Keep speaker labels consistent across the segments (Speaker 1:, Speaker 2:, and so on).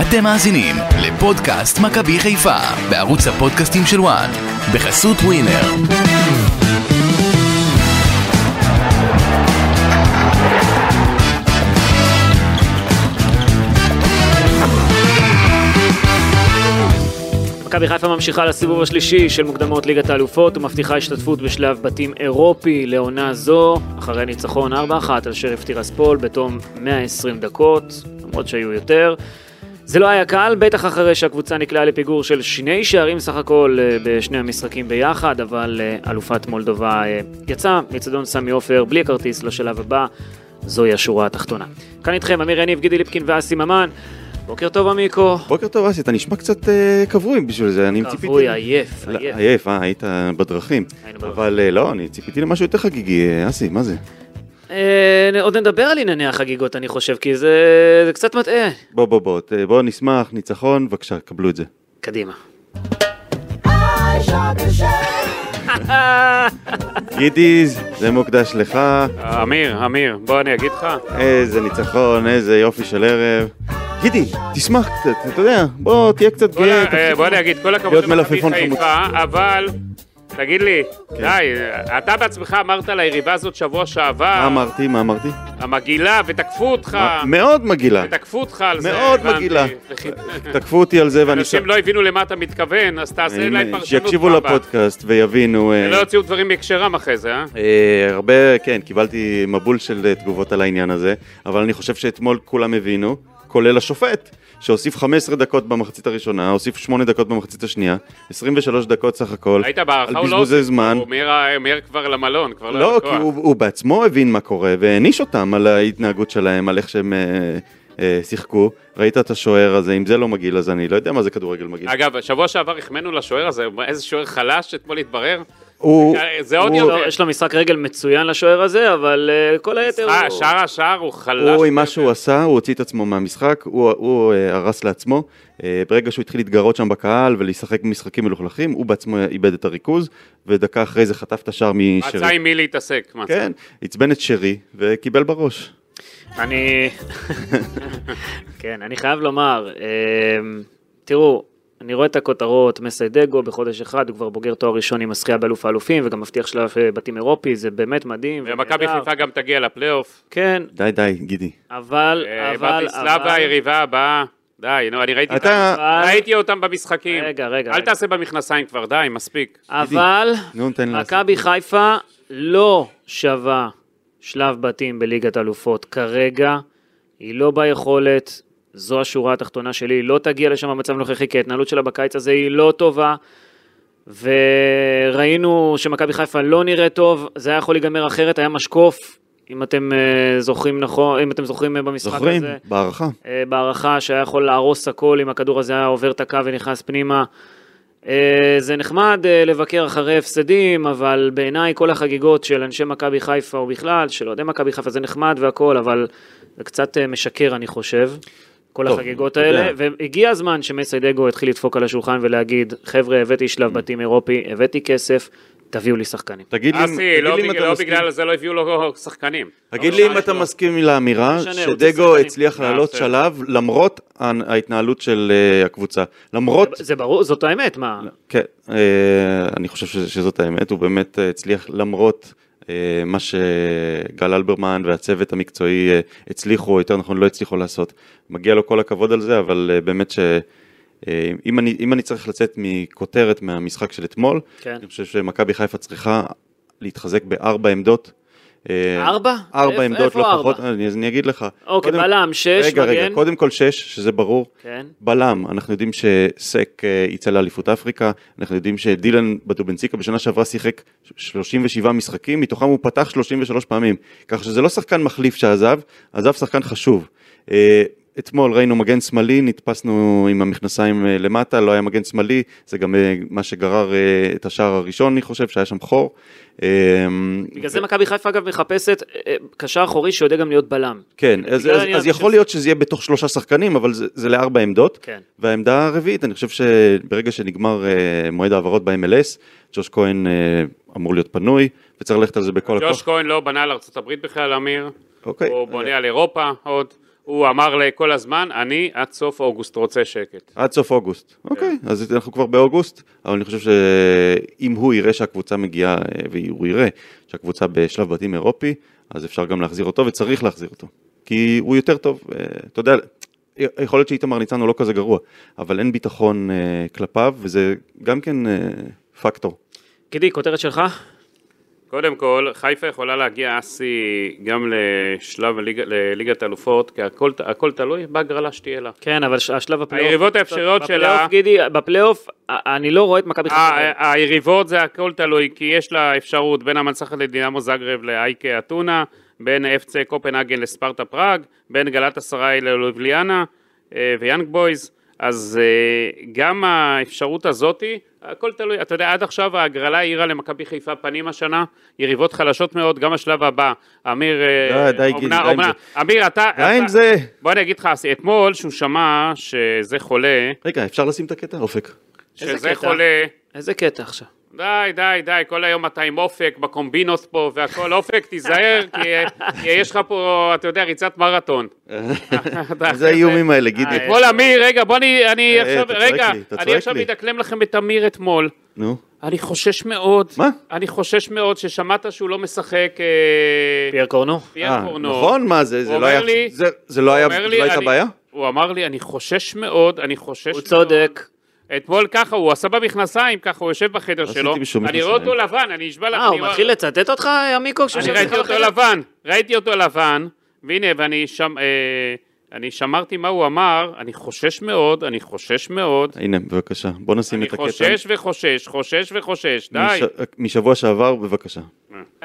Speaker 1: אתם מאזינים לפודקאסט מכבי חיפה בערוץ הפודקאסטים של וואן בחסות ווינר.
Speaker 2: מכבי חיפה ממשיכה לסיבוב השלישי של מוקדמות ליגת האלופות ומבטיחה השתתפות בשלב בתים אירופי לעונה זו, אחרי ניצחון 4-1 על שריף טירספול בתום 120 דקות, למרות שהיו יותר. זה לא היה קל, בטח אחרי שהקבוצה נקלעה לפיגור של שני שערים סך הכל אה, בשני המשחקים ביחד, אבל אה, אלופת מולדובה אה, יצאה מצדון סמי עופר בלי הכרטיס לשלב הבא, זוהי השורה התחתונה. כאן איתכם אמיר יניב, גידי ליפקין ואסי ממן. בוקר טוב עמיקו.
Speaker 3: בוקר טוב אסי, אתה נשמע קצת אה, כבוי בשביל זה, אני ציפיתי...
Speaker 2: כבוי, עייף,
Speaker 3: לא,
Speaker 2: עייף.
Speaker 3: עייף, אה, היית בדרכים.
Speaker 2: היינו בדרכים.
Speaker 3: אבל אה, לא, אני ציפיתי למשהו יותר חגיגי, אה, אסי, מה זה?
Speaker 2: אה, עוד נדבר על ענייני החגיגות, אני חושב, כי זה, זה קצת מטעה.
Speaker 3: בוא, בוא, בוא, ת- בוא נשמח, ניצחון, בבקשה, קבלו את זה.
Speaker 2: קדימה.
Speaker 3: גידיז, זה מוקדש לך,
Speaker 4: אמיר, אמיר, בוא אני אגיד לך.
Speaker 3: אה, איזה ניצחון, איזה יופי של ערב. גידי, תשמח קצת, אתה יודע, בוא, תהיה קצת
Speaker 4: כל ה-
Speaker 3: גאה. תפסיק
Speaker 4: אה, בוא אני אגיד, כל הכבוד
Speaker 3: להיות
Speaker 4: למכבי
Speaker 3: מלפפון חמוץ. כן.
Speaker 4: חיפה, אבל... תגיד לי, די, אתה בעצמך אמרת ליריבה הזאת שבוע
Speaker 3: מה
Speaker 4: שעבר,
Speaker 3: אמרתי, מה אמרתי?
Speaker 4: המגעילה, ותקפו אותך,
Speaker 2: אה,
Speaker 3: מה- מאוד מגעילה.
Speaker 4: ותקפו אותך על זה,
Speaker 3: מאוד
Speaker 4: הבנתי.
Speaker 3: מגעילה. תקפו אותי על זה ואני...
Speaker 4: אנשים לא הבינו למה אתה מתכוון, אז תעשה
Speaker 3: אם-
Speaker 4: אליי פרשנות.
Speaker 3: שיקשיבו
Speaker 4: בפעם הבאה.
Speaker 3: לפודקאסט ויבינו... אה,
Speaker 4: שלא
Speaker 2: לא
Speaker 4: יוציאו דברים מהקשרם אחרי זה, אה?
Speaker 3: אה, הרבה, כן, קיבלתי מבול של אה, תגובות על העניין הזה, אבל אני חושב שאתמול כולם הבינו, כולל השופט, שהוסיף 15 דקות במחצית הראשונה, הוסיף 8 דקות במחצית השנייה, 23 דקות סך הכל,
Speaker 4: היית בהערכה,
Speaker 3: על
Speaker 4: הוא לא...
Speaker 3: בזבוזי זמן.
Speaker 4: הוא מיהר- מיהר כבר למלון, כבר לא... היה
Speaker 3: לא,
Speaker 4: לו
Speaker 3: כי
Speaker 4: כוח.
Speaker 3: הוא, הוא בעצמו הבין מה קורה, והעניש אותם על ההתנהגות שלהם, על איך שהם אה, אה, שיחקו. ראית את השוער הזה, אם זה לא מגעיל, אז אני לא יודע מה זה כדורגל מגעיל.
Speaker 4: אגב, שבוע שעבר החמאנו לשוער הזה, איזה שוער חלש, אתמול התברר.
Speaker 3: הוא,
Speaker 4: אה, זה עוד
Speaker 3: הוא-
Speaker 4: יותר.
Speaker 2: לא, יש לו משחק רגל מצוין לשוער הזה, אבל אה, כל היתר
Speaker 4: אה,
Speaker 2: הוא...
Speaker 4: שער השער הוא חלש.
Speaker 3: הוא עם מה
Speaker 4: כן.
Speaker 3: שהוא עשה, הוא הוציא את עצמו מהמשחק, הוא, הוא אה, הרס לעצמו. אה, ברגע שהוא התחיל להתגרות שם בקהל ולשחק משחקים מלוכלכים, הוא בעצמו איבד את הריכוז, ודקה אחרי זה חטף את השער משרי.
Speaker 4: מצא עם מי להתעסק. מצא.
Speaker 3: כן, עצבן את שרי וקיבל בראש.
Speaker 2: אני... כן, אני חייב לומר, אמ, תראו, אני רואה את הכותרות, מסיידגו בחודש אחד, הוא כבר בוגר תואר ראשון עם הזכייה באלוף האלופים, וגם מבטיח שלב אה, בתים אירופי, זה באמת מדהים.
Speaker 4: ומכבי
Speaker 2: ונהדר.
Speaker 4: חיפה גם תגיע לפלייאוף.
Speaker 2: כן,
Speaker 3: די, די, גידי.
Speaker 2: אבל,
Speaker 4: אה,
Speaker 2: אבל,
Speaker 4: ברטיסלבה היריבה הבאה. די, נו, אני ראיתי
Speaker 3: אתה-
Speaker 4: אותם- ראיתי אותם במשחקים.
Speaker 2: רגע, רגע,
Speaker 4: אל
Speaker 2: רגע.
Speaker 4: תעשה במכנסיים כבר, די, מספיק.
Speaker 2: אבל,
Speaker 3: נו, תן לה.
Speaker 2: מכבי חיפה לא שווה שלב בתים בליגת אלופות כרגע, היא לא ביכולת, זו השורה התחתונה שלי, היא לא תגיע לשם במצב הנוכחי, כי ההתנהלות שלה בקיץ הזה היא לא טובה. וראינו שמכבי חיפה לא נראית טוב, זה היה יכול להיגמר אחרת, היה משקוף, אם אתם אה, זוכרים נכון, אם אתם זוכרים אה, במשחק
Speaker 3: זוכרים?
Speaker 2: הזה.
Speaker 3: בהערכה.
Speaker 2: אה, בהערכה שהיה יכול להרוס הכל אם הכדור הזה היה עובר את הקו ונכנס פנימה. אה, זה נחמד אה, לבקר אחרי הפסדים, אבל בעיניי כל החגיגות של אנשי מכבי חיפה או בכלל, של אוהדי מכבי חיפה זה נחמד והכל, אבל זה קצת אה, משקר אני חושב. כל
Speaker 3: טוב,
Speaker 2: החגיגות
Speaker 3: אתה יודע.
Speaker 2: האלה, והגיע הזמן שמסיידגו התחיל לדפוק על השולחן ולהגיד, חבר'ה, הבאתי
Speaker 3: Mm.
Speaker 2: שלב בתים אירופי, הבאתי כסף, תביאו לי שחקנים.
Speaker 3: תגיד לי אם-
Speaker 4: אסי,
Speaker 3: תגיד
Speaker 4: לא
Speaker 3: לי אם
Speaker 4: בגלל-
Speaker 3: אתה
Speaker 4: לא
Speaker 3: מסכים.
Speaker 4: בגלל זה לא הביאו לו שחקנים.
Speaker 3: תגיד
Speaker 4: לא
Speaker 3: לי
Speaker 4: בגלל לא
Speaker 3: אם אתה
Speaker 4: שלא.
Speaker 3: מסכים לאמירה
Speaker 2: משנה, הוא
Speaker 3: שדגו
Speaker 2: רוצה
Speaker 3: הצליח
Speaker 4: שחקנים.
Speaker 3: לעלות
Speaker 4: בסדר.
Speaker 3: שלב למרות ה- ההתנהלות של אה, הקבוצה. למרות
Speaker 2: זה ברור, זאת האמת, מה?
Speaker 3: כן, אה, אני חושב ש- שזאת האמת, הוא באמת אה, הצליח למרות אה, מה שגל אלברמן והצוות המקצועי אה, הצליחו, או יותר נכון לא הצליחו לעשות. מגיע לו כל הכבוד על זה, אבל אה, באמת ש... אה, אם אני, אם אני צריך לצאת מכותרת מהמשחק של אתמול,
Speaker 2: כן.
Speaker 3: אני חושב שמכבי חיפה צריכה להתחזק בארבע עמדות. אה,
Speaker 2: ארבע? איפה-
Speaker 3: ארבע עמדות,
Speaker 2: איפה
Speaker 3: לא
Speaker 2: ארבע?
Speaker 3: פחות, אני, אז אני אגיד לך.
Speaker 2: אוקיי,
Speaker 3: קודם-
Speaker 2: בלם, שש,
Speaker 3: רגע,
Speaker 2: מגן.
Speaker 3: רגע, קודם כל שש, שזה ברור.
Speaker 2: כן.
Speaker 3: בלם, אנחנו יודעים שסק אה, יצא לאליפות אפריקה, אנחנו יודעים שדילן בדובנציקה בשנה שעברה שיחק 37 משחקים, מתוכם הוא פתח 33 פעמים, כך שזה לא שחקן מחליף שעזב, עזב שחקן חשוב. אה, אתמול ראינו מגן שמאלי, נתפסנו עם המכנסיים אה, למטה, לא היה מגן שמאלי, זה גם אה, מה שגרר אה, את השער הראשון, אני חושב, שהיה שם חור. אה,
Speaker 2: בגלל זה מכבי חיפה אגב מחפשת אה, קשר אחורי שיודע גם להיות בלם.
Speaker 3: כן, אז,
Speaker 2: בגלל
Speaker 3: אז,
Speaker 2: העניין
Speaker 3: אז
Speaker 2: של
Speaker 3: יכול להיות שזה יהיה בתוך שלושה שחקנים, אבל זה, זה לארבע עמדות.
Speaker 2: כן.
Speaker 3: והעמדה הרביעית, אני חושב שברגע שנגמר אה, מועד ההעברות ב-MLS, ג'וש כהן אה, אמור להיות פנוי, וצריך ללכת על זה בכל הכוח.
Speaker 4: ג'וש כהן לא בנה על ארצות הברית בכלל, אמיר.
Speaker 3: אוקיי.
Speaker 4: הוא בונה על אירופה עוד. הוא אמר לי כל הזמן, אני עד סוף אוגוסט רוצה שקט.
Speaker 3: עד סוף אוגוסט. אוקיי, אז אנחנו כבר באוגוסט, אבל אני חושב שאם הוא יראה שהקבוצה מגיעה, אה, והוא יראה שהקבוצה בשלב בתים אירופי, אז אפשר גם להחזיר אותו, וצריך להחזיר אותו. כי הוא יותר טוב, אה, אתה יודע, יכול להיות שאיתמר ניצן הוא לא כזה גרוע, אבל אין ביטחון אה, כלפיו, וזה גם כן אה, פקטור.
Speaker 2: גידי, כותרת שלך?
Speaker 4: קודם כל, חיפה יכולה להגיע אסי גם לשלב הליג- לליגת אלופות, כי הכל, הכל תלוי בהגרלה שתהיה לה.
Speaker 2: כן, אבל ש- השלב הפלייאוף...
Speaker 4: היריבות האפשריות שלה- אה,
Speaker 2: בפלייאוף, גידי, בפלייאוף, א- אני לא רואה את מכבי חיפה.
Speaker 4: ה- היריבות זה הכל תלוי, כי יש לה אפשרות בין המנצחת לדינמו זגרב לאייקה אתונה, בין FC קופנהגן לספרטה פראג, בין גלת אסריי ללובליאנה אה, ויאנג בויז, אז אה, גם האפשרות הזאתי, הכל תלוי, אתה יודע, עד עכשיו ההגרלה העירה למכבי חיפה פנים השנה, יריבות חלשות מאוד, גם השלב הבא, אמיר, אה,
Speaker 3: לא, די, די, גיל, די
Speaker 4: אומנה-
Speaker 3: עם
Speaker 4: אומנה- אמיר, אתה,
Speaker 3: די עם
Speaker 4: אתה-
Speaker 3: זה!
Speaker 4: בוא אני אגיד לך, אתמול שהוא שמע שזה חולה,
Speaker 3: רגע, אפשר לשים את הקטע? אופק.
Speaker 2: איזה
Speaker 4: שזה
Speaker 2: קטע?
Speaker 4: חולה,
Speaker 2: איזה קטע עכשיו.
Speaker 4: די, די, די, כל היום אתה עם אופק בקומבינות פה והכל, אופק, תיזהר, כי, כי יש לך פה, אתה יודע, ריצת מרתון. אה, אתה- אה,
Speaker 3: זה האיומים האלה, גידי.
Speaker 4: אתמול אמיר, רגע, בוא אני, אני
Speaker 3: אה,
Speaker 4: עכשיו,
Speaker 3: אתה צועק
Speaker 4: רגע,
Speaker 3: לי, אתה
Speaker 4: אני
Speaker 3: צועק
Speaker 4: עכשיו
Speaker 3: לי.
Speaker 4: אדקלם לכם את אמיר אתמול.
Speaker 3: נו.
Speaker 4: אני חושש מאוד.
Speaker 3: מה?
Speaker 4: אני חושש מאוד ששמעת שהוא לא משחק אה,
Speaker 2: פייר קורנו?
Speaker 4: פייר
Speaker 3: אה,
Speaker 4: קורנו.
Speaker 3: נכון, מה זה, זה
Speaker 4: הוא
Speaker 3: לא היה,
Speaker 4: אומר לי-
Speaker 3: זה- זה לא היה,
Speaker 4: הוא אומר
Speaker 3: לא
Speaker 4: לי,
Speaker 3: הייתה
Speaker 4: אני-
Speaker 3: בעיה?
Speaker 4: הוא אמר לי, אני חושש מאוד, אני חושש מאוד.
Speaker 2: הוא צודק.
Speaker 4: אתמול ככה, הוא עשה במכנסיים, ככה, הוא יושב בחדר
Speaker 3: לא עשיתי
Speaker 4: שלו.
Speaker 3: בשום
Speaker 4: אני רואה
Speaker 3: מכנסיים.
Speaker 4: אותו לבן, אני נשבע לך.
Speaker 2: אה, הוא
Speaker 4: אני רואה-
Speaker 2: מתחיל לצטט אותך, עמיקו?
Speaker 4: אני ראיתי אותו לבן, ראיתי אותו לבן, והנה, ואני שם... אה, אני שמרתי מה הוא אמר, אני חושש מאוד, אני חושש מאוד,
Speaker 3: הנה, בבקשה, בוא נשים
Speaker 4: אני
Speaker 3: את הקטע.
Speaker 4: חושש וחושש, חושש וחושש, די.
Speaker 3: מש- משבוע שעבר, בבקשה.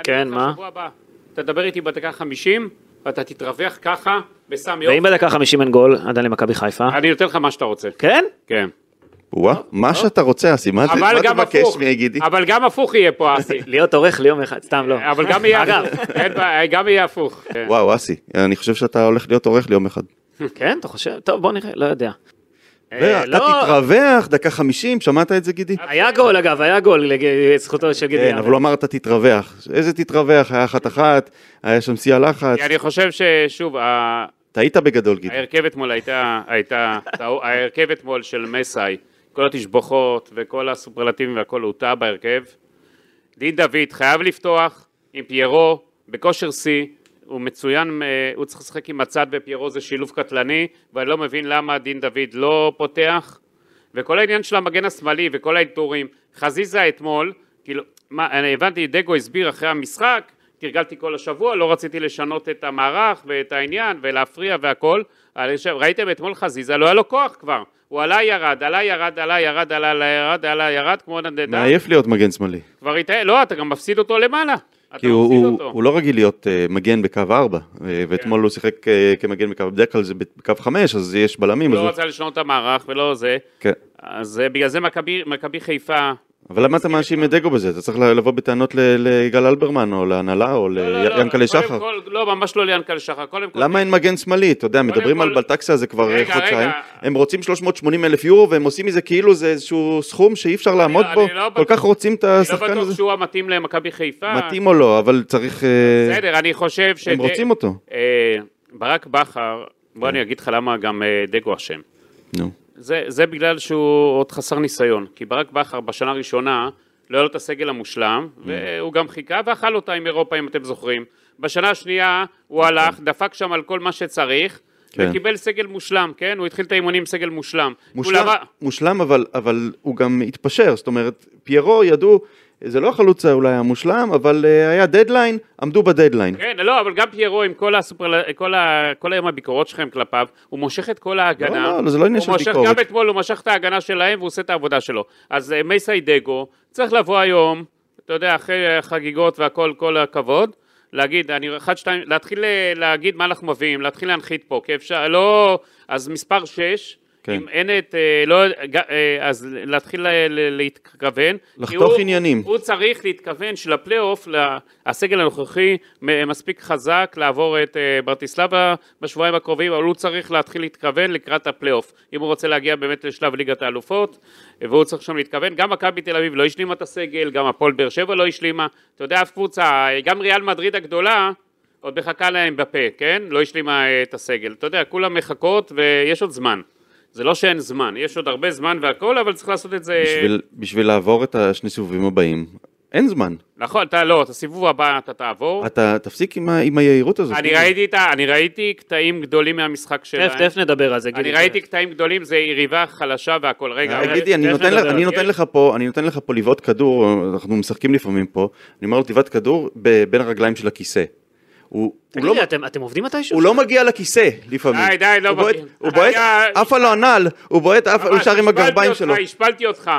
Speaker 2: כן,
Speaker 4: אני
Speaker 2: מה?
Speaker 4: בשבוע הבא, תדבר איתי בדקה 50, ואתה תתרווח ככה, בסמי
Speaker 2: ואם
Speaker 4: אופן.
Speaker 2: בדקה 50 אין גול, עדיין למכבי חיפה?
Speaker 4: אני נותן לך מה שאתה רוצה.
Speaker 2: כן?
Speaker 4: כן.
Speaker 3: וואה, מה שאתה רוצה, אסי, מה
Speaker 4: אה. אבל
Speaker 3: אתה
Speaker 4: גם
Speaker 3: מבקש
Speaker 4: הפוך,
Speaker 3: מגידי?
Speaker 4: אבל גם הפוך יהיה פה, אסי.
Speaker 2: להיות עורך ליום אחד, סתם לא.
Speaker 4: אה, אבל גם יהיה
Speaker 2: אגב,
Speaker 4: הפוך. אין בעיה, גם יהיה הפוך. כן.
Speaker 3: וואו, אסי, אני חושב שאתה הולך להיות עורך ליום אחד.
Speaker 2: כן, אתה חושב? טוב, בוא נראה, לא יודע. אה,
Speaker 3: אתה
Speaker 2: לא,
Speaker 3: תתרווח, דקה חמישים, שמעת את זה, גידי?
Speaker 4: אה,
Speaker 2: היה גול אגב, היה גול לג- לזכותו של גידי.
Speaker 3: כן, אבל הוא אמר אתה תתרווח. איזה תתרווח? היה אחת-אחת, היה שם שיא הלחץ.
Speaker 4: כי אני אה, חושב ששוב, ה-
Speaker 3: טעית בגדול, גידי.
Speaker 4: ההרכב אתמול הייתה, הייתה, ההרכב אתמול של מסאי, כל התשבוכות וכל הסופרלטיבים והכל הוא טעה בהרכב. דין דוד חייב לפתוח עם פיירו בכושר שיא, הוא מצוין, אה, הוא צריך לשחק עם הצד ופיירו זה שילוב קטלני, ואני לא מבין למה דין דוד לא פותח. וכל העניין של המגן השמאלי וכל האלתורים, חזיזה אתמול, כאילו, מה, אני הבנתי, דגו הסביר אחרי המשחק, תרגלתי כל השבוע, לא רציתי לשנות את המערך ואת העניין ולהפריע והכל. אבל עכשיו, ראיתם אתמול חזיזה, לא היה לו כוח כבר. הוא עלה ירד, עלה ירד, עלה ירד, עלה ירד, עלה ירד, כמו נדדה.
Speaker 3: מעייף להיות מגן שמאלי.
Speaker 4: כבר התאהל, לא, אתה גם מפסיד אותו למעלה. אתה
Speaker 3: כי הוא-
Speaker 4: מפסיד
Speaker 3: הוא-
Speaker 4: אותו. כן.
Speaker 3: הוא לא רגיל להיות אה, מגן בקו 4, ואתמול הוא שיחק אה, כמגן בקו, בדרך כלל זה בקו 5, אז יש בלמים.
Speaker 4: הוא
Speaker 3: אז
Speaker 4: לא
Speaker 3: הוא-
Speaker 4: רצה לשנות את המערך ולא זה.
Speaker 3: כן.
Speaker 4: אז אה, בגלל זה מכבי מכבי חיפה...
Speaker 3: אבל למה אתה מאשים את דגו בזה? אתה צריך לבוא בטענות ל- ליגאל אלברמן, או להנהלה, או
Speaker 4: לא, לא, לא,
Speaker 3: ליענקלה
Speaker 4: קודם
Speaker 3: אה, שחר.
Speaker 4: כל- לא, ממש לא ליענקל שחר. קודם כל,
Speaker 3: למה אין מגן שמאלי? אתה יודע, מדברים
Speaker 4: כל-
Speaker 3: על בלטקסה זה כבר
Speaker 4: רגע,
Speaker 3: אה, חודשיים.
Speaker 4: רגע.
Speaker 3: הם רוצים 380 אלף יורו, והם עושים מזה כאילו זה איזשהו סכום שאי אפשר לעמוד
Speaker 4: אני
Speaker 3: בו.
Speaker 4: לא
Speaker 3: כל
Speaker 4: בטוח-
Speaker 3: כך רוצים את
Speaker 4: אני לא
Speaker 3: השחקן
Speaker 4: בטוח
Speaker 3: הזה.
Speaker 4: שהוא המתאים למכבי חיפה.
Speaker 3: מתאים או לא, אבל צריך... אה,
Speaker 4: בסדר, אני חושב ש...
Speaker 3: הם רוצים אותו. כן.
Speaker 4: אה, ברק בכר, בוא אני אגיד לך למה גם אה, דגו אשם.
Speaker 3: נו.
Speaker 4: זה, זה בגלל שהוא עוד חסר ניסיון, כי ברק בכר בשנה הראשונה לא היה לו את הסגל המושלם,
Speaker 3: Mm.
Speaker 4: והוא גם חיכה ואכל אותה עם אירופה, אם אתם זוכרים. בשנה השנייה הוא הלך, דפק שם על כל מה שצריך,
Speaker 3: נכון. כן.
Speaker 4: וקיבל סגל מושלם, כן? הוא התחיל את האימונים עם סגל מושלם.
Speaker 3: מושלם,
Speaker 4: כולם-
Speaker 3: מושלם אבל, אבל הוא גם התפשר, זאת אומרת, פיירו ידעו, זה לא החלוץ אולי המושלם, אבל אה, היה דדליין, עמדו בדדליין.
Speaker 4: כן, לא, אבל גם פיירו עם כל, הסופר... כל, ה... כל היום הביקורות שלכם כלפיו, הוא מושך את כל ההגנה.
Speaker 3: לא, לא, זה לא עניין
Speaker 4: הוא
Speaker 3: של
Speaker 4: מושך-
Speaker 3: ביקורת.
Speaker 4: גם אתמול הוא משך את ההגנה שלהם והוא עושה את העבודה שלו. אז אה, מייסי דגו צריך לבוא היום, אתה יודע, אחרי החגיגות והכל, כל הכבוד, להגיד, אני אחד, שתיים, להתחיל אה, להגיד מה אנחנו מביאים, להתחיל להנחית פה, כי אפשר, לא, אז מספר שש.
Speaker 3: כן.
Speaker 4: אם אין את, אה, לא, ג- אה, אז להתחיל ל- ל- להתכוון. כי
Speaker 3: לחתוך
Speaker 4: הוא-
Speaker 3: עניינים.
Speaker 4: הוא צריך להתכוון שלפלייאוף, לה- הסגל הנוכחי מ- מספיק חזק לעבור את אה, ברטיסלבה בשבועיים הקרובים, אבל הוא צריך להתחיל להתכוון לקראת הפלייאוף. אם הוא רוצה להגיע באמת לשלב ליגת האלופות, אה, והוא צריך שם להתכוון. גם מכבי תל אביב לא השלימה את הסגל, גם הפועל באר שבע לא השלימה. אתה יודע, אף קבוצה, אה, גם ריאל מדריד הגדולה, עוד מחכה להם בפה, כן? לא השלימה אה, את הסגל. אתה יודע, כולם מחכות ויש עוד זמן. זה לא שאין זמן, יש עוד הרבה זמן והכל, אבל צריך לעשות את זה...
Speaker 3: בשביל, בשביל לעבור את השני סיבובים הבאים, אין זמן.
Speaker 4: נכון, אתה לא, את הסיבוב הבא אתה תעבור.
Speaker 3: אתה תפסיק עם, ה, עם היהירות הזאת.
Speaker 4: אני ראיתי, את ה- אני ראיתי קטעים גדולים מהמשחק שלהם.
Speaker 2: תכף, תכף נדבר על זה,
Speaker 4: אני
Speaker 2: גילי.
Speaker 4: ראיתי קטעים גדולים, זה יריבה חלשה והכל. רגע,
Speaker 2: אה,
Speaker 4: אבל-
Speaker 3: תגידי, אני
Speaker 2: תכף
Speaker 3: נותן, לך,
Speaker 2: נדבר על
Speaker 3: אני,
Speaker 2: זה.
Speaker 3: נותן לך פה, אני נותן לך פה לבעוט כדור, אה, אנחנו משחקים לפעמים פה, אני אומר לו תבעט כדור ב- בין הרגליים של הכיסא. הוא, הוא, לא,
Speaker 2: תגידי, אתם- אתם עובדים מתישהו?
Speaker 3: הוא לא מגיע לכיסא לפעמים.
Speaker 4: די, די, לא
Speaker 3: הוא בועט,
Speaker 4: מגיע.
Speaker 3: הוא בועט,
Speaker 4: היה-
Speaker 3: עפה לו הנעל, הוא בועט, עפה- הוא
Speaker 4: ממש,
Speaker 3: שר עם
Speaker 4: אה, השפלתי
Speaker 3: הגרביים
Speaker 4: אותך,
Speaker 3: שלו.
Speaker 4: השפלתי אותך.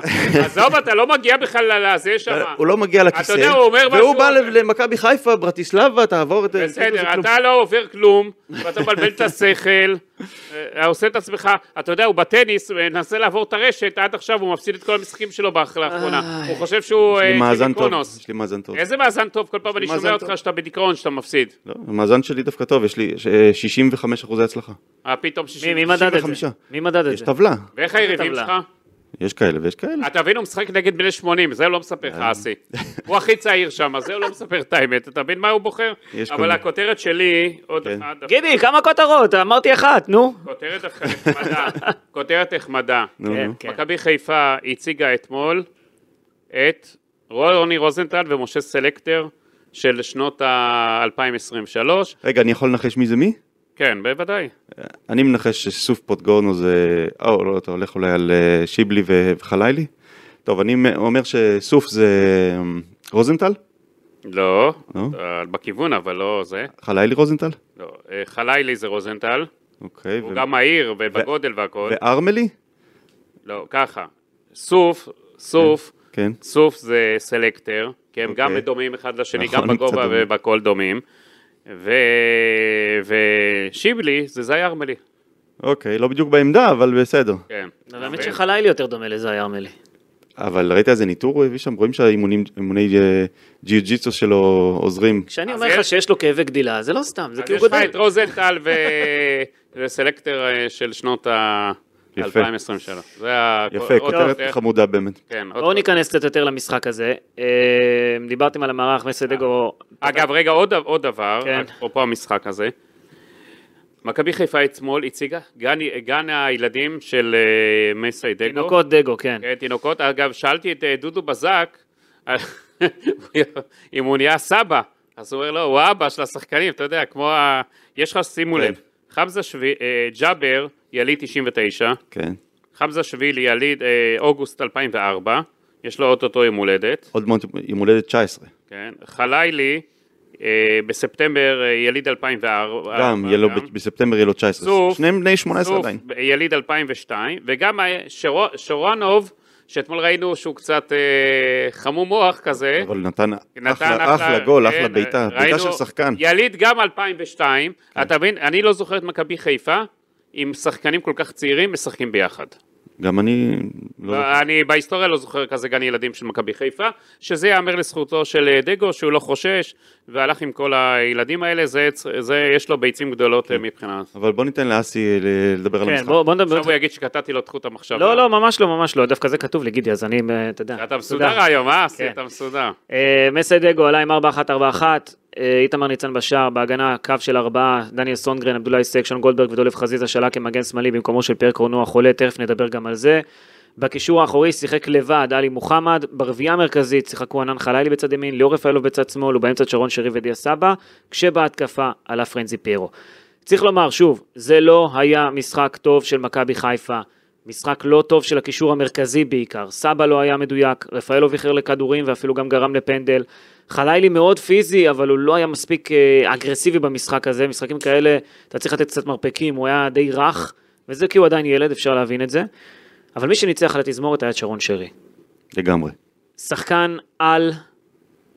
Speaker 4: עזוב, אתה לא מגיע בכלל לזה שם.
Speaker 3: הוא לא מגיע לכיסא,
Speaker 4: אתה יודע, הוא אומר משהו...
Speaker 3: והוא בא
Speaker 4: אבל-
Speaker 3: למכבי חיפה, ברטיסלבה, תעבור את... כאילו זה
Speaker 4: בסדר,
Speaker 3: כלום.
Speaker 4: אתה לא עובר כלום, ואתה מבלבל את השכל, אה, עושה את עצמך, אתה יודע, הוא בטניס, הוא מנסה לעבור את הרשת, עד עכשיו הוא מפסיד את כל המשחקים שלו באח- לאחרונה. הוא חושב שהוא
Speaker 3: יש לי
Speaker 4: אה,
Speaker 3: מאזן טוב,
Speaker 4: גינקונוס.
Speaker 3: יש לי מאזן טוב.
Speaker 4: איזה מאזן טוב, כל פעם
Speaker 3: לי
Speaker 4: אני
Speaker 3: מאזן
Speaker 4: שומע אותך
Speaker 3: טוב.
Speaker 4: שאתה בדיכאון, שאתה מפסיד.
Speaker 3: לא, המאזן שלי דווקא טוב, יש לי אה, 65 אחוזי הצלחה.
Speaker 4: אה, פתאום
Speaker 2: מי-
Speaker 4: שישים.
Speaker 2: מי מדד את זה?
Speaker 3: 65.
Speaker 2: מי מדד את
Speaker 3: יש
Speaker 2: זה?
Speaker 3: טבלה,
Speaker 4: ואיך היריבים
Speaker 2: טבלה.
Speaker 4: שלך?
Speaker 3: יש כאלה ויש כאלה.
Speaker 4: אתה מבין, הוא משחק נגד בני 80, זה הוא לא מספר
Speaker 3: אה.
Speaker 4: לך, אסי. הוא הכי צעיר שם, זה הוא לא מספר את האמת, אתה מבין מה הוא בוחר?
Speaker 3: יש כל
Speaker 4: אבל
Speaker 3: מיני.
Speaker 4: הכותרת שלי, עוד
Speaker 3: כן.
Speaker 4: אחד,
Speaker 2: גידי, כמה כותרות? אמרתי אחת, נו.
Speaker 4: כותרת דווקא נחמדה, כותרת נחמדה.
Speaker 3: נו, נו.
Speaker 2: כן.
Speaker 4: מכבי חיפה הציגה אתמול את רוני רוזנטל ומשה סלקטר של שנות ה-2023.
Speaker 3: רגע, אני יכול לנחש מי זה מי?
Speaker 4: כן, בוודאי.
Speaker 3: אני מנחש שסוף פוטגורנו זה... או, לא, אתה הולך אולי על אה, שיבלי ו- וחלילי? טוב, אני מ- אומר שסוף זה אמ, רוזנטל?
Speaker 4: לא,
Speaker 3: נו.
Speaker 4: אה, בכיוון, אבל לא זה.
Speaker 3: חלילי רוזנטל?
Speaker 4: לא. אה, חלילי זה רוזנטל,
Speaker 3: אוקיי.
Speaker 4: הוא
Speaker 3: ו-
Speaker 4: גם מהיר ובגודל והכל.
Speaker 3: וארמלי?
Speaker 4: לא, ככה. סוף, סוף,
Speaker 3: כן.
Speaker 4: סוף זה סלקטר, כי הם גם
Speaker 3: אוקיי.
Speaker 4: דומים אחד לשני,
Speaker 3: נכון,
Speaker 4: גם בגובה
Speaker 3: קצת דומים.
Speaker 4: ובכל דומים. ו... ושיבלי זה זי ארמלי,
Speaker 3: אוקיי, לא בדיוק בעמדה, אבל בסדר.
Speaker 4: כן.
Speaker 2: האמת
Speaker 4: ו-
Speaker 2: שחלילי יותר דומה לזי ארמלי.
Speaker 3: אבל ראית איזה ניטור הוא הביא שם? רואים שהאימוני אה, ג'יוג'יצו שלו עוזרים.
Speaker 2: כשאני
Speaker 4: אז
Speaker 2: אומר לך
Speaker 4: יש-
Speaker 2: שיש לו כאבי גדילה, זה לא סתם, זה
Speaker 4: אז
Speaker 2: כי הוא
Speaker 4: יש לך
Speaker 2: גודל.
Speaker 4: את רוזנטל ו... וסלקטר אה, של שנות ה...
Speaker 3: יפה.
Speaker 4: 2023. זה ה...
Speaker 3: יפה,
Speaker 4: עוד-
Speaker 3: כותרת
Speaker 4: עוד-
Speaker 3: חמודה באמת.
Speaker 4: כן, עוד-
Speaker 2: בואו ניכנס קצת יותר למשחק הזה. אה, דיברתם על המערך מסדגו.
Speaker 4: אגב, רגע, עוד, עוד דבר,
Speaker 2: כן.
Speaker 4: אפרופו המשחק הזה. מכבי חיפה אתמול הציגה גן, גן הילדים של אה, מסי דגו.
Speaker 2: תינוקות דגו, כן.
Speaker 4: כן, תינוקות. אגב, שאלתי את אה, דודו בזק על- אם הוא נהיה סבא. אז הוא אומר לו, הוא האבא של השחקנים, אתה יודע, כמו ה... יש לך, שימו
Speaker 3: כן.
Speaker 4: לב, חמזה שבי... אה, ג'אבר, יליד 99,
Speaker 3: כן.
Speaker 4: חמזה שבילי, יליד אה, אוגוסט 2004, יש לו אוטוטו יום הולדת.
Speaker 3: עוד מעט יום הולדת 19.
Speaker 4: כן, חלילי, אה, בספטמבר אה, יליד 2004.
Speaker 3: גם, יהיה לו ב- בספטמבר יהיה לו 19.
Speaker 4: אה, סוף,
Speaker 3: שניהם בני 18
Speaker 4: סוף,
Speaker 3: עדיין.
Speaker 4: יליד 2002, וגם ה- שרו- שורונוב, שאתמול ראינו שהוא קצת אה, חמום מוח כזה.
Speaker 3: אבל נתן
Speaker 4: כן. נתן
Speaker 3: אחלה אחלה גול,
Speaker 4: כן,
Speaker 3: אחלה בעיטה,
Speaker 4: ראינו-
Speaker 3: בעיטה של שחקן. כן.
Speaker 4: יליד גם 2002, אתה מבין, אני לא זוכר את מכבי חיפה. עם שחקנים כל כך צעירים משחקים ביחד.
Speaker 3: גם אני... לא זוכר.
Speaker 4: אני בהיסטוריה לא זוכר כזה גן ילדים של מכבי חיפה, שזה ייאמר לזכותו של אה, דגו שהוא לא חושש והלך עם כל הילדים האלה, זה, זה יש לו ביצים גדולות אה, מבחינה.
Speaker 3: אבל בוא ניתן לאסי ל- לדבר על
Speaker 2: כן,
Speaker 3: המשחק.
Speaker 2: בואו נדבר.
Speaker 4: עכשיו הוא יגיד שקטעתי לו את חוט המחשבה.
Speaker 2: לא, לא, ממש לא, ממש לא. דווקא זה כתוב לי, גידי, אז אני, אה, אתה יודע.
Speaker 4: אתה
Speaker 2: תודה.
Speaker 4: מסודר היום, אה? עשי,
Speaker 2: כן.
Speaker 4: אתה מסודר.
Speaker 2: אה, מסיידגו עלה עם 4-1-4-1, אה, איתמר ניצן בשער, בהגנה קו של ארבעה, דניאל סונגרן, עבדולאי סקשון, גולדברג ודולב חזיזה שעלה כמגן שמאלי במקומו של פרק רונו החולה, תכף נדבר גם על זה. בקישור האחורי שיחק לבד עלי מוחמד, ברביעייה המרכזית שיחקו ענן חלילי בצד ימין, ליאור רפאלוב בצד שמאל ובאמצע שרון שרי ודיה סבא, כשבהתקפה עלה פרנזי פיירו. צריך לומר, שוב, זה לא היה משחק טוב של מכבי חיפה. משחק לא טוב של הקישור המרכזי בעיקר. סבא לא היה מדויק, רפאלוב איחר לכדורים ואפילו גם גרם לפנדל. חלילי מאוד פיזי, אבל הוא לא היה מספיק אה, אגרסיבי במשחק הזה. משחקים כאלה, אתה צריך לתת קצת מרפקים, הוא היה די רך, וזה כי הוא עדיין ילד, אפשר להבין את זה. אבל מי שניצח על התזמורת היה שרון שרי.
Speaker 3: לגמרי.
Speaker 2: שחקן על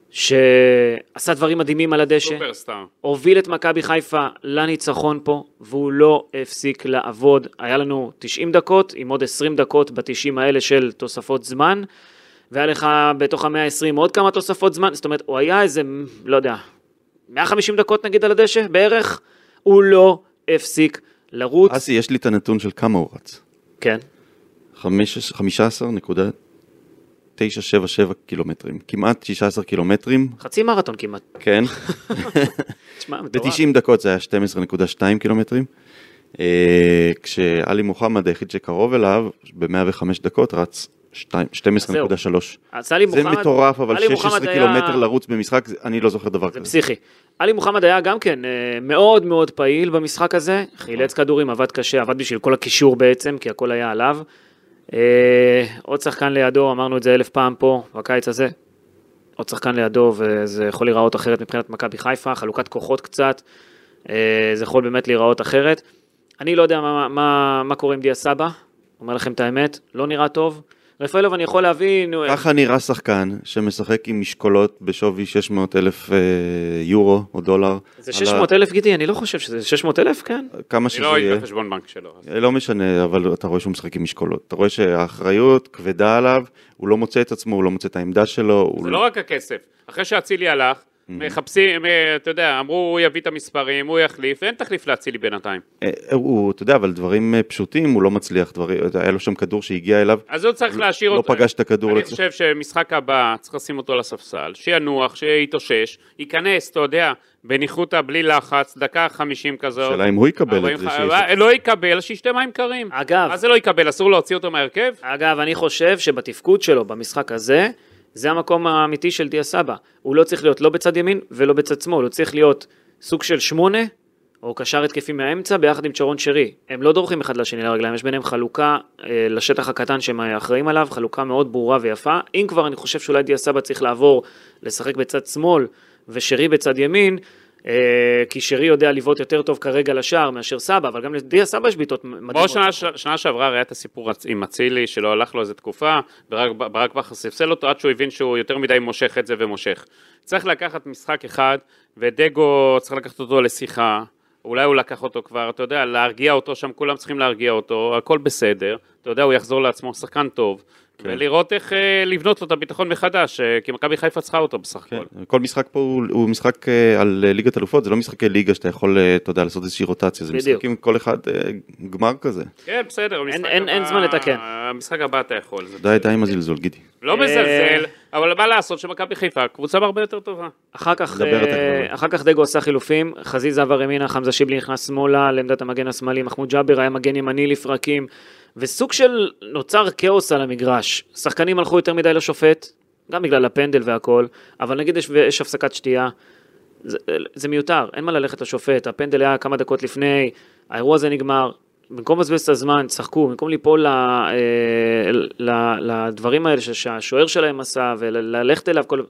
Speaker 2: שעשה דברים מדהימים על הדשא.
Speaker 4: סופרסטאר.
Speaker 2: הוביל את מכבי חיפה לניצחון פה, והוא לא הפסיק לעבוד. היה לנו 90 דקות, עם עוד 20 דקות ב-90 האלה של תוספות זמן, והיה לך בתוך המאה ה-20 עוד כמה תוספות זמן, זאת אומרת, הוא היה איזה, לא יודע, 150 דקות נגיד על הדשא בערך, הוא לא הפסיק לרוץ.
Speaker 3: אסי, יש לי את הנתון של כמה הוא רץ.
Speaker 2: כן.
Speaker 3: חמש- 15 נקודה 977 קילומטרים, כמעט 16 קילומטרים,
Speaker 2: חצי מרתון כמעט.
Speaker 3: כן,
Speaker 2: תשמע, מטורף.
Speaker 3: ב-90 דקות זה היה 12.2 קילומטרים, אה, כשעלי מוחמד היחיד שקרוב אליו, ב-105 דקות רץ שתיים- 12.3.
Speaker 2: אז סאלי
Speaker 3: זה
Speaker 2: מוחמד,
Speaker 3: מטורף, אבל
Speaker 2: עלי מוחמד
Speaker 3: 16
Speaker 2: היה-
Speaker 3: קילומטר לרוץ במשחק, זה- אני לא זוכר דבר
Speaker 2: זה
Speaker 3: כזה.
Speaker 2: פסיכי. עלי מוחמד היה גם כן אה, מאוד מאוד פעיל במשחק הזה, חילץ כדורים, עבד קשה, עבד בשביל כל הקישור בעצם, כי הכל היה עליו. אה, עוד שחקן לידו, אמרנו את זה אלף פעם פה, בקיץ הזה. עוד שחקן לידו, וזה יכול להיראות אחרת מבחינת מכבי חיפה, חלוקת כוחות קצת, אה, זה יכול באמת להיראות אחרת. אני לא יודע מה, מה, מה קורה עם דיה סבא, אומר לכם את האמת, לא נראה טוב. רפאלוב אני יכול להבין, הוא-
Speaker 3: ככה נראה שחקן שמשחק עם משקולות בשווי 600 אלף אה, יורו או דולר.
Speaker 2: זה
Speaker 3: על
Speaker 2: 600 אלף גידי, אני לא חושב שזה 600 אלף, כן?
Speaker 3: ה- כמה
Speaker 4: אני
Speaker 3: שזה
Speaker 4: לא הייתי
Speaker 3: יהיה.
Speaker 4: בחשבון בנק שלו. אז-
Speaker 3: לא משנה, אבל אתה רואה שהוא משחק עם משקולות. אתה רואה שהאחריות כבדה עליו, הוא לא מוצא את עצמו, הוא לא מוצא את העמדה שלו. הוא
Speaker 4: זה לא רק הכסף. אחרי שאצילי הלך,
Speaker 2: Mm-hmm.
Speaker 4: מחפשים, אה, אתה יודע, אמרו הוא יביא את המספרים, הוא יחליף, אין תחליף לאצילי בינתיים.
Speaker 3: אה, הוא, אתה יודע, אבל דברים אה, פשוטים, הוא לא מצליח, דברים, היה לו שם כדור שהגיע אליו,
Speaker 4: אז הוא צריך להשאיר
Speaker 3: לא
Speaker 4: אותו.
Speaker 3: פגש את הכדור.
Speaker 4: אני
Speaker 3: לא-
Speaker 4: חושב שמשחק הבא, צריך לשים אותו לספסל, שינוח, שיתאושש, ייכנס, אתה יודע, בניחותא, בלי לחץ, דקה חמישים כזאת.
Speaker 3: שאלה אם הוא יקבל
Speaker 4: 40,
Speaker 3: את זה.
Speaker 4: אה,
Speaker 3: שיש-
Speaker 4: לא יקבל, שישתה מים קרים.
Speaker 2: אגב,
Speaker 4: מה זה לא יקבל? אסור להוציא אותו מההרכב?
Speaker 2: אגב, אני חושב שבתפקוד שלו במשחק הזה, זה המקום האמיתי של דיה סבא. הוא לא צריך להיות לא בצד ימין ולא בצד שמאל, הוא צריך להיות סוג של שמונה, או קשר התקפי מהאמצע ביחד עם צ'רון שרי. הם לא דורכים אחד לשני לרגליים, יש ביניהם חלוקה אה, לשטח הקטן שהם אחראים עליו, חלוקה מאוד ברורה ויפה. אם כבר, אני חושב שאולי דיה סבא צריך לעבור לשחק בצד שמאל ושרי בצד ימין. אה, כי שרי יודע לבעוט יותר טוב כרגע לשער מאשר סבא, אבל גם לדיה סבא יש בעיטות מדהימות.
Speaker 4: כמו שנה, ש- שנה שעברה היה את הסיפור הצ- עם אצילי, שלא הלך לו איזה תקופה, ברק, ברק בכר ספסל אותו עד שהוא הבין שהוא יותר מדי מושך את זה ומושך. צריך לקחת משחק אחד, ודגו צריך לקחת אותו לשיחה, אולי הוא לקח אותו כבר, אתה יודע, להרגיע אותו שם, כולם צריכים להרגיע אותו, הכל בסדר, אתה יודע, הוא יחזור לעצמו, שחקן טוב, כן. ולראות איך אה, לבנות לו את הביטחון מחדש, אה, כי מכבי חיפה צריכה אותו בסך הכל.
Speaker 3: כן, כל משחק פה הוא, הוא משחק אה, על אה, ליגת אלופות, זה לא משחקי ליגה שאתה יכול, אה, אתה יודע, לעשות איזושהי רוטציה, זה
Speaker 2: בדיוק.
Speaker 3: משחקים כל אחד אה, גמר כזה.
Speaker 4: כן, בסדר, המשחק
Speaker 2: אין- אין זמן לתקן.
Speaker 4: המשחק הבא אתה יכול. זה
Speaker 3: די, די עם הזלזול, גידי.
Speaker 4: לא
Speaker 2: אה,
Speaker 4: מזלזל, אבל מה לעשות שמכבי חיפה קבוצה הרבה יותר טובה.
Speaker 2: אחר כך,
Speaker 3: נדבר
Speaker 2: אה,
Speaker 3: יותר.
Speaker 2: אחר כך דגו עשה חילופים, חזיזה עבר ימינה, חמזה שיבלי נכנס שמאלה לעמדת המגן השמאלי, מחמוד ג'אבר היה מגן ימני לפרקים, וסוג של נוצר כאוס על המגרש. שחקנים הלכו יותר מדי לשופט, גם בגלל הפנדל והכל, אבל נגיד יש, יש הפסקת שתייה, זה, זה מיותר, אין מה ללכת לשופט, הפנדל היה כמה דקות לפני, האירוע הזה נגמר. במקום לבזבז את הזמן, צחקו, במקום ליפול ל, אה, ל, לדברים האלה ש- שהשוער שלהם עשה וללכת אליו, כל...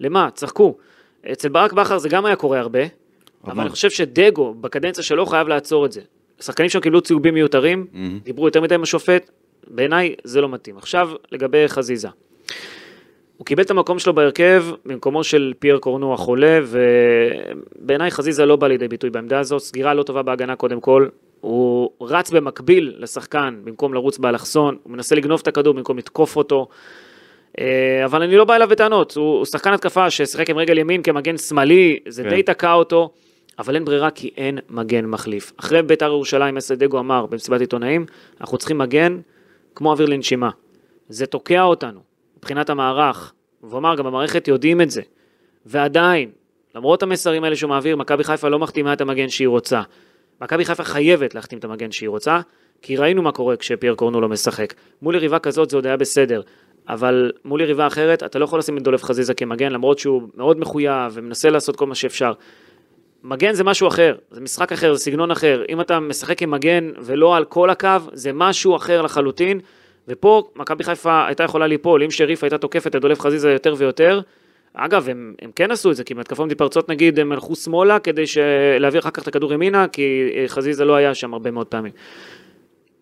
Speaker 2: למה? צחקו. אצל ברק בכר זה גם היה קורה הרבה, אבל
Speaker 3: אבל-
Speaker 2: אני חושב שדגו, בקדנציה שלו, חייב לעצור את זה. השחקנים שם קיבלו צהובים מיותרים, דיברו יותר מדי עם השופט, בעיניי זה לא מתאים. עכשיו, לגבי חזיזה. הוא קיבל את המקום שלו בהרכב במקומו של פייר קורנו החולה, ובעיניי חזיזה לא בא לידי ביטוי בעמדה הזו, סגירה לא טובה בהגנה קודם כל, הוא רץ במקביל לשחקן במקום לרוץ באלכסון, הוא מנסה לגנוב את הכדור במקום לתקוף אותו, אה, אבל אני לא בא אליו בטענות, הוא הוא שחקן התקפה ששיחק עם רגל ימין כמגן שמאלי, זה
Speaker 3: כן.
Speaker 2: די תקע אותו, אבל אין ברירה כי אין מגן מחליף. אחרי בית"ר ירושלים, אסדגו אמר במסיבת עיתונאים, אנחנו צריכים מגן כמו אוויר לנשימה. זה תוקע אותנו מבחינת המערך, והוא אמר גם במערכת יודעים את זה, ועדיין, למרות המסרים האלה שהוא מעביר, מכבי חיפה לא מחתימה את המגן שהיא רוצה. מכבי חיפה חייבת להחתים את המגן שהיא רוצה, כי ראינו מה קורה כשפייר קורנו לא משחק. מול יריבה כזאת זה עוד היה בסדר, אבל מול יריבה אחרת אתה לא יכול לשים את דולף חזיזה כמגן, למרות שהוא מאוד מחויב ומנסה לעשות כל מה שאפשר. מגן זה משהו אחר, זה משחק אחר, זה סגנון אחר. אם אתה משחק עם מגן ולא על כל הקו, זה משהו אחר לחלוטין. ופה מכבי חיפה הייתה יכולה ליפול, אם שריף הייתה תוקפת את דולף חזיזה יותר ויותר. אגב, הם, הם כן עשו את זה, כי בהתקפה מתפרצות נגיד, הם הלכו שמאלה כדי ש... להעביר אחר כך את הכדור ימינה, כי אה, חזיזה לא היה שם הרבה מאוד פעמים.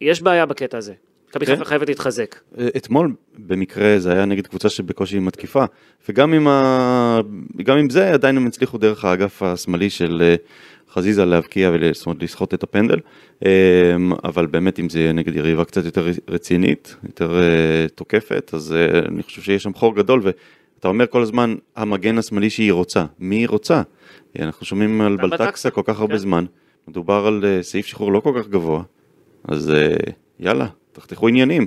Speaker 2: יש בעיה בקטע הזה. מכבי
Speaker 3: כן?
Speaker 2: חיפה חייבת להתחזק.
Speaker 3: אתמול במקרה זה היה נגד קבוצה שבקושי היא מתקיפה, וגם עם, ה... גם עם זה עדיין הם הצליחו דרך האגף השמאלי של אה, חזיזה להבקיע ולסחוט את הפנדל, אה, אבל באמת אם זה יהיה נגד יריבה קצת יותר רצינית, יותר אה, תוקפת, אז אה, אני חושב שיש שם חור גדול, ואתה אומר כל הזמן המגן השמאלי שהיא רוצה, מי היא רוצה? אה, אנחנו שומעים
Speaker 2: גם
Speaker 3: על
Speaker 2: בטקסה,
Speaker 3: בלטקסה כל כך הרבה
Speaker 2: כן.
Speaker 3: זמן, מדובר על אה, סעיף שחרור לא כל כך גבוה, אז אה, יאללה, תחתכו עניינים.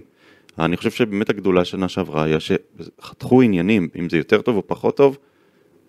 Speaker 3: אני חושב שבאמת הגדולה שנה שעברה היה שחתכו עניינים, אם זה יותר טוב או פחות טוב,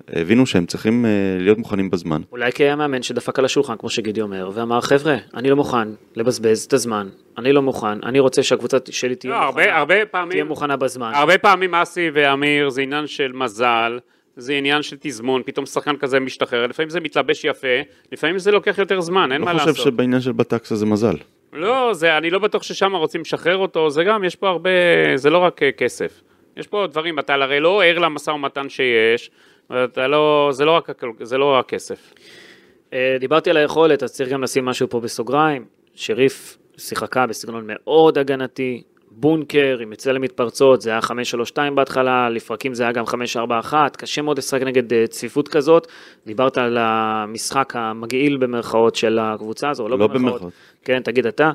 Speaker 3: הבינו שהם צריכים אה, להיות מוכנים בזמן.
Speaker 2: אולי כי היה מאמן שדפק על השולחן, כמו שגידי אומר, ואמר, חבר'ה, אני לא מוכן לבזבז את הזמן, אני לא מוכן, אני רוצה שהקבוצה שלי תהיה
Speaker 4: לא,
Speaker 2: מוכנה-
Speaker 4: הרבה, הרבה פעמים...
Speaker 2: תהיה מוכנה בזמן.
Speaker 4: הרבה פעמים אסי ואמיר זה עניין של מזל, זה עניין של תזמון, פתאום שחקן כזה משתחרר, לפעמים זה מתלבש יפה, לפעמים זה לוקח יותר זמן, אין
Speaker 3: לא
Speaker 4: מה
Speaker 3: חושב
Speaker 4: לעשות.
Speaker 3: שבעניין של בטקסה זה מזל.
Speaker 4: לא, זה, אני לא בטוח ששם רוצים לשחרר אותו, זה גם, יש פה הרבה, זה לא רק אה, כסף. יש פה דברים, אתה הרי לא ער למשא ומתן שיש, אתה לא, זה לא רק, הכל- זה לא רק כסף.
Speaker 2: אה, דיברתי על היכולת, אז צריך גם לשים משהו פה בסוגריים. שריף שיחקה בסגנון מאוד הגנתי, בונקר עם יצא למתפרצות, זה היה 5-3-2 בהתחלה, לפרקים זה היה גם 5-4-1, קשה מאוד לשחק נגד אה, צפיפות כזאת. דיברת על המשחק המגעיל במרכאות של הקבוצה הזו, או לא,
Speaker 3: לא
Speaker 2: במרכאות.
Speaker 3: במרכאות.
Speaker 2: כן, תגיד אתה.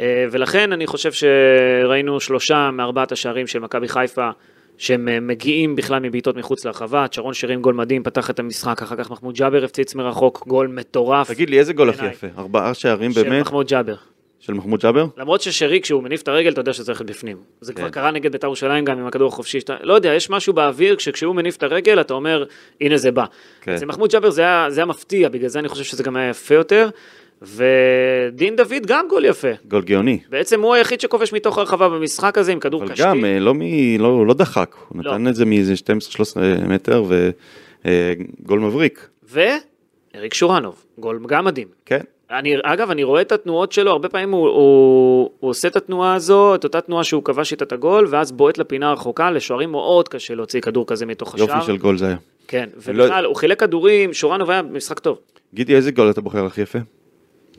Speaker 2: אה, ולכן אני חושב שראינו שלושה מארבעת השערים של מכבי חיפה. שהם אה, מגיעים בכלל מבעיטות מחוץ לרחבה, שרון שירים גול מדהים, פתח את המשחק, אחר כך מחמוד ג'אבר הפציץ מרחוק, גול מטורף
Speaker 3: תגיד לי, איזה גול הכי
Speaker 2: בעיניי.
Speaker 3: יפה? ארבעה שערים
Speaker 2: של
Speaker 3: באמת?
Speaker 2: מחמוד ג'אבר.
Speaker 3: של מחמוד ג'אבר?
Speaker 2: למרות ששרי כשהוא מניף את הרגל אתה יודע שזה הולך בפנים. זה כבר
Speaker 3: כן.
Speaker 2: קרה נגד בית"ר ירושלים גם עם הכדור החופשי, שאתה- לא יודע, יש משהו באוויר כשכשהוא מניף את הרגל אתה אומר הנה זה בא.
Speaker 3: כן.
Speaker 2: אצל מחמוד ג'אבר זה היה- זה היה מפתיע, בגלל זה אני חושב שזה גם היה יפה יותר. ודין דוד גם גול יפה.
Speaker 3: גול גאוני.
Speaker 2: בעצם הוא היחיד שכובש מתוך הרחבה במשחק הזה עם כדור
Speaker 3: אבל
Speaker 2: קשתי.
Speaker 3: גם, אה, לא, מ... לא, הוא לא דחק, הוא
Speaker 2: לא.
Speaker 3: נתן את זה מאיזה 12-13 מטר וגול מבריק,
Speaker 2: ואריק שורנוב, גול גם מדהים.
Speaker 3: כן.
Speaker 2: אני, אגב, אני רואה את התנועות שלו, הרבה פעמים הוא, הוא, הוא עושה את התנועה הזו, את אותה תנועה שהוא כבש איתה את הגול, ואז בועט לפינה הרחוקה, לשוערים מאוד קשה להוציא כדור כזה מתוך השער.
Speaker 3: יופי של גול זה היה.
Speaker 2: כן,
Speaker 3: אני לא-
Speaker 2: ובכלל, הוא חילק כדורים, שורנוב היה משחק טוב.
Speaker 3: גידי, איזה גול אתה בוחר הכי יפה?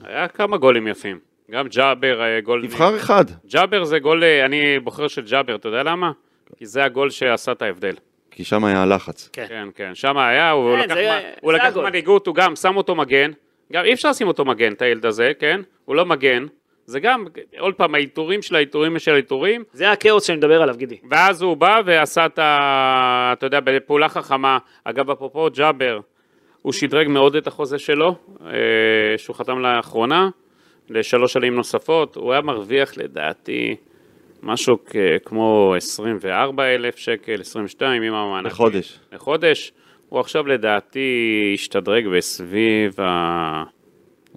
Speaker 4: היה כמה גולים יפים. גם ג'אבר, אה, גול...
Speaker 3: תבחר אחד.
Speaker 4: ג'אבר זה גול, אה, אני בוחר של ג'אבר, אתה יודע למה? כי זה הגול שעשה את ההבדל.
Speaker 3: כי שם היה הלחץ.
Speaker 4: כן, כן, שם היה, הוא
Speaker 2: כן,
Speaker 4: לקח,
Speaker 2: זה-
Speaker 4: מה,
Speaker 2: זה
Speaker 4: הוא לקח
Speaker 2: הגול.
Speaker 4: מנהיגות, הוא גם שם אותו מגן, גם אי אפשר לשים אותו מגן, את הילד הזה, כן? הוא לא מגן, זה גם, עוד פעם, העיטורים של העיטורים של העיטורים,
Speaker 2: זה הכאוס שאני מדבר עליו, גידי.
Speaker 4: ואז הוא בא ועשה את ה... אתה יודע, בפעולה חכמה. אגב, אפרופו ג'אבר, הוא שדרג מאוד את החוזה שלו, אה, שהוא חתם לאחרונה, לשלוש שנים נוספות. הוא היה מרוויח לדעתי משהו כ- כמו 24 אלף שקל, 22 עם המענק.
Speaker 3: בחודש.
Speaker 4: לחודש. הוא עכשיו לדעתי השתדרג בסביב ה...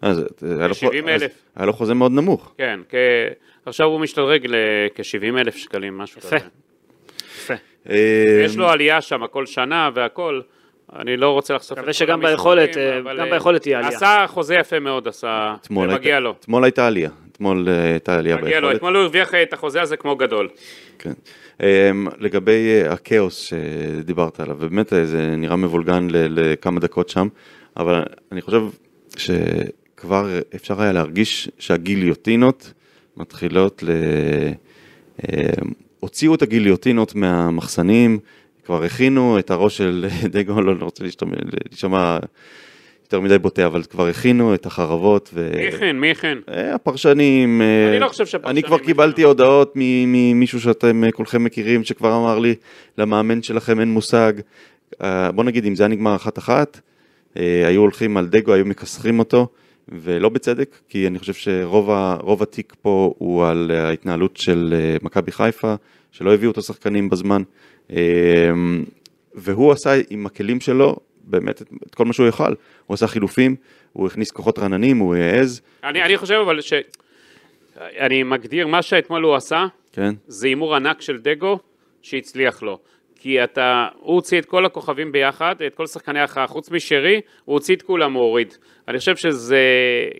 Speaker 3: אז אה, היה לו חו-
Speaker 4: 70,000.
Speaker 3: אז היה לו חוזה מאוד נמוך.
Speaker 4: כן, כ... עכשיו הוא משתדרג לכ-70 אלף שקלים, משהו
Speaker 2: יפה.
Speaker 4: כזה.
Speaker 2: יפה.
Speaker 3: אה,
Speaker 4: יש לו עלייה שם כל שנה והכל. אני לא רוצה לחשוף את
Speaker 2: מקווה
Speaker 4: כל
Speaker 2: שגם
Speaker 4: המספרים,
Speaker 2: ביכולת, אה,
Speaker 4: אבל,
Speaker 2: גם
Speaker 4: אה,
Speaker 2: ביכולת תהיה עלייה.
Speaker 4: עשה חוזה יפה מאוד, עשה,
Speaker 3: אתמול
Speaker 4: ומגיע
Speaker 3: הייתה-
Speaker 4: לו.
Speaker 3: אתמול הייתה עלייה. אתמול אה, הייתה עלייה
Speaker 4: מגיע לו,
Speaker 3: ביכולת.
Speaker 4: אתמול הוא הרוויח אה, את החוזה הזה כמו גדול.
Speaker 3: כן. אמ, לגבי אה, הכאוס שדיברת עליו, באמת אה, זה נראה מבולגן ל- לכמה דקות שם, אבל אני חושב שכבר אפשר היה להרגיש שהגיליוטינות מתחילות ל... אמ, הוציאו את הגיליוטינות מהמחסנים, כבר הכינו את הראש של דגו, לא לא רוצה להשתמע- להישמע יותר מדי בוטה, אבל כבר הכינו את החרבות. ו...
Speaker 4: מי הכין, מי הכין?
Speaker 3: אה, הפרשנים, אה,
Speaker 4: אני לא חושב שהפרשנים
Speaker 3: אני כבר
Speaker 4: מכירים.
Speaker 3: קיבלתי הודעות מ- ממישהו שאתם אה, כולכם מכירים, שכבר אמר לי, למאמן שלכם אין מושג. אה, בוא נגיד, אם זה היה נגמר אחת-אחת, אה, היו הולכים על דגו, היו מכסחים אותו, ולא בצדק, כי אני חושב שרוב ה- רוב התיק פה הוא על אה, ההתנהלות של אה, מכבי חיפה, שלא הביאו את השחקנים בזמן, אה, והוא עשה עם הכלים שלו באמת את- את כל מה שהוא יכל. הוא עשה חילופים, הוא הכניס כוחות רעננים, הוא העז,
Speaker 4: אני, אני חושב אבל ש... אני מגדיר מה שאתמול הוא עשה,
Speaker 3: כן?
Speaker 4: זה הימור ענק של דגו שהצליח לו. כי אתה, הוא הוציא את כל הכוכבים ביחד, את כל שחקני ההכרעה, חוץ משרי, הוא הוציא את כולם, הוא הוריד. אני חושב שזה,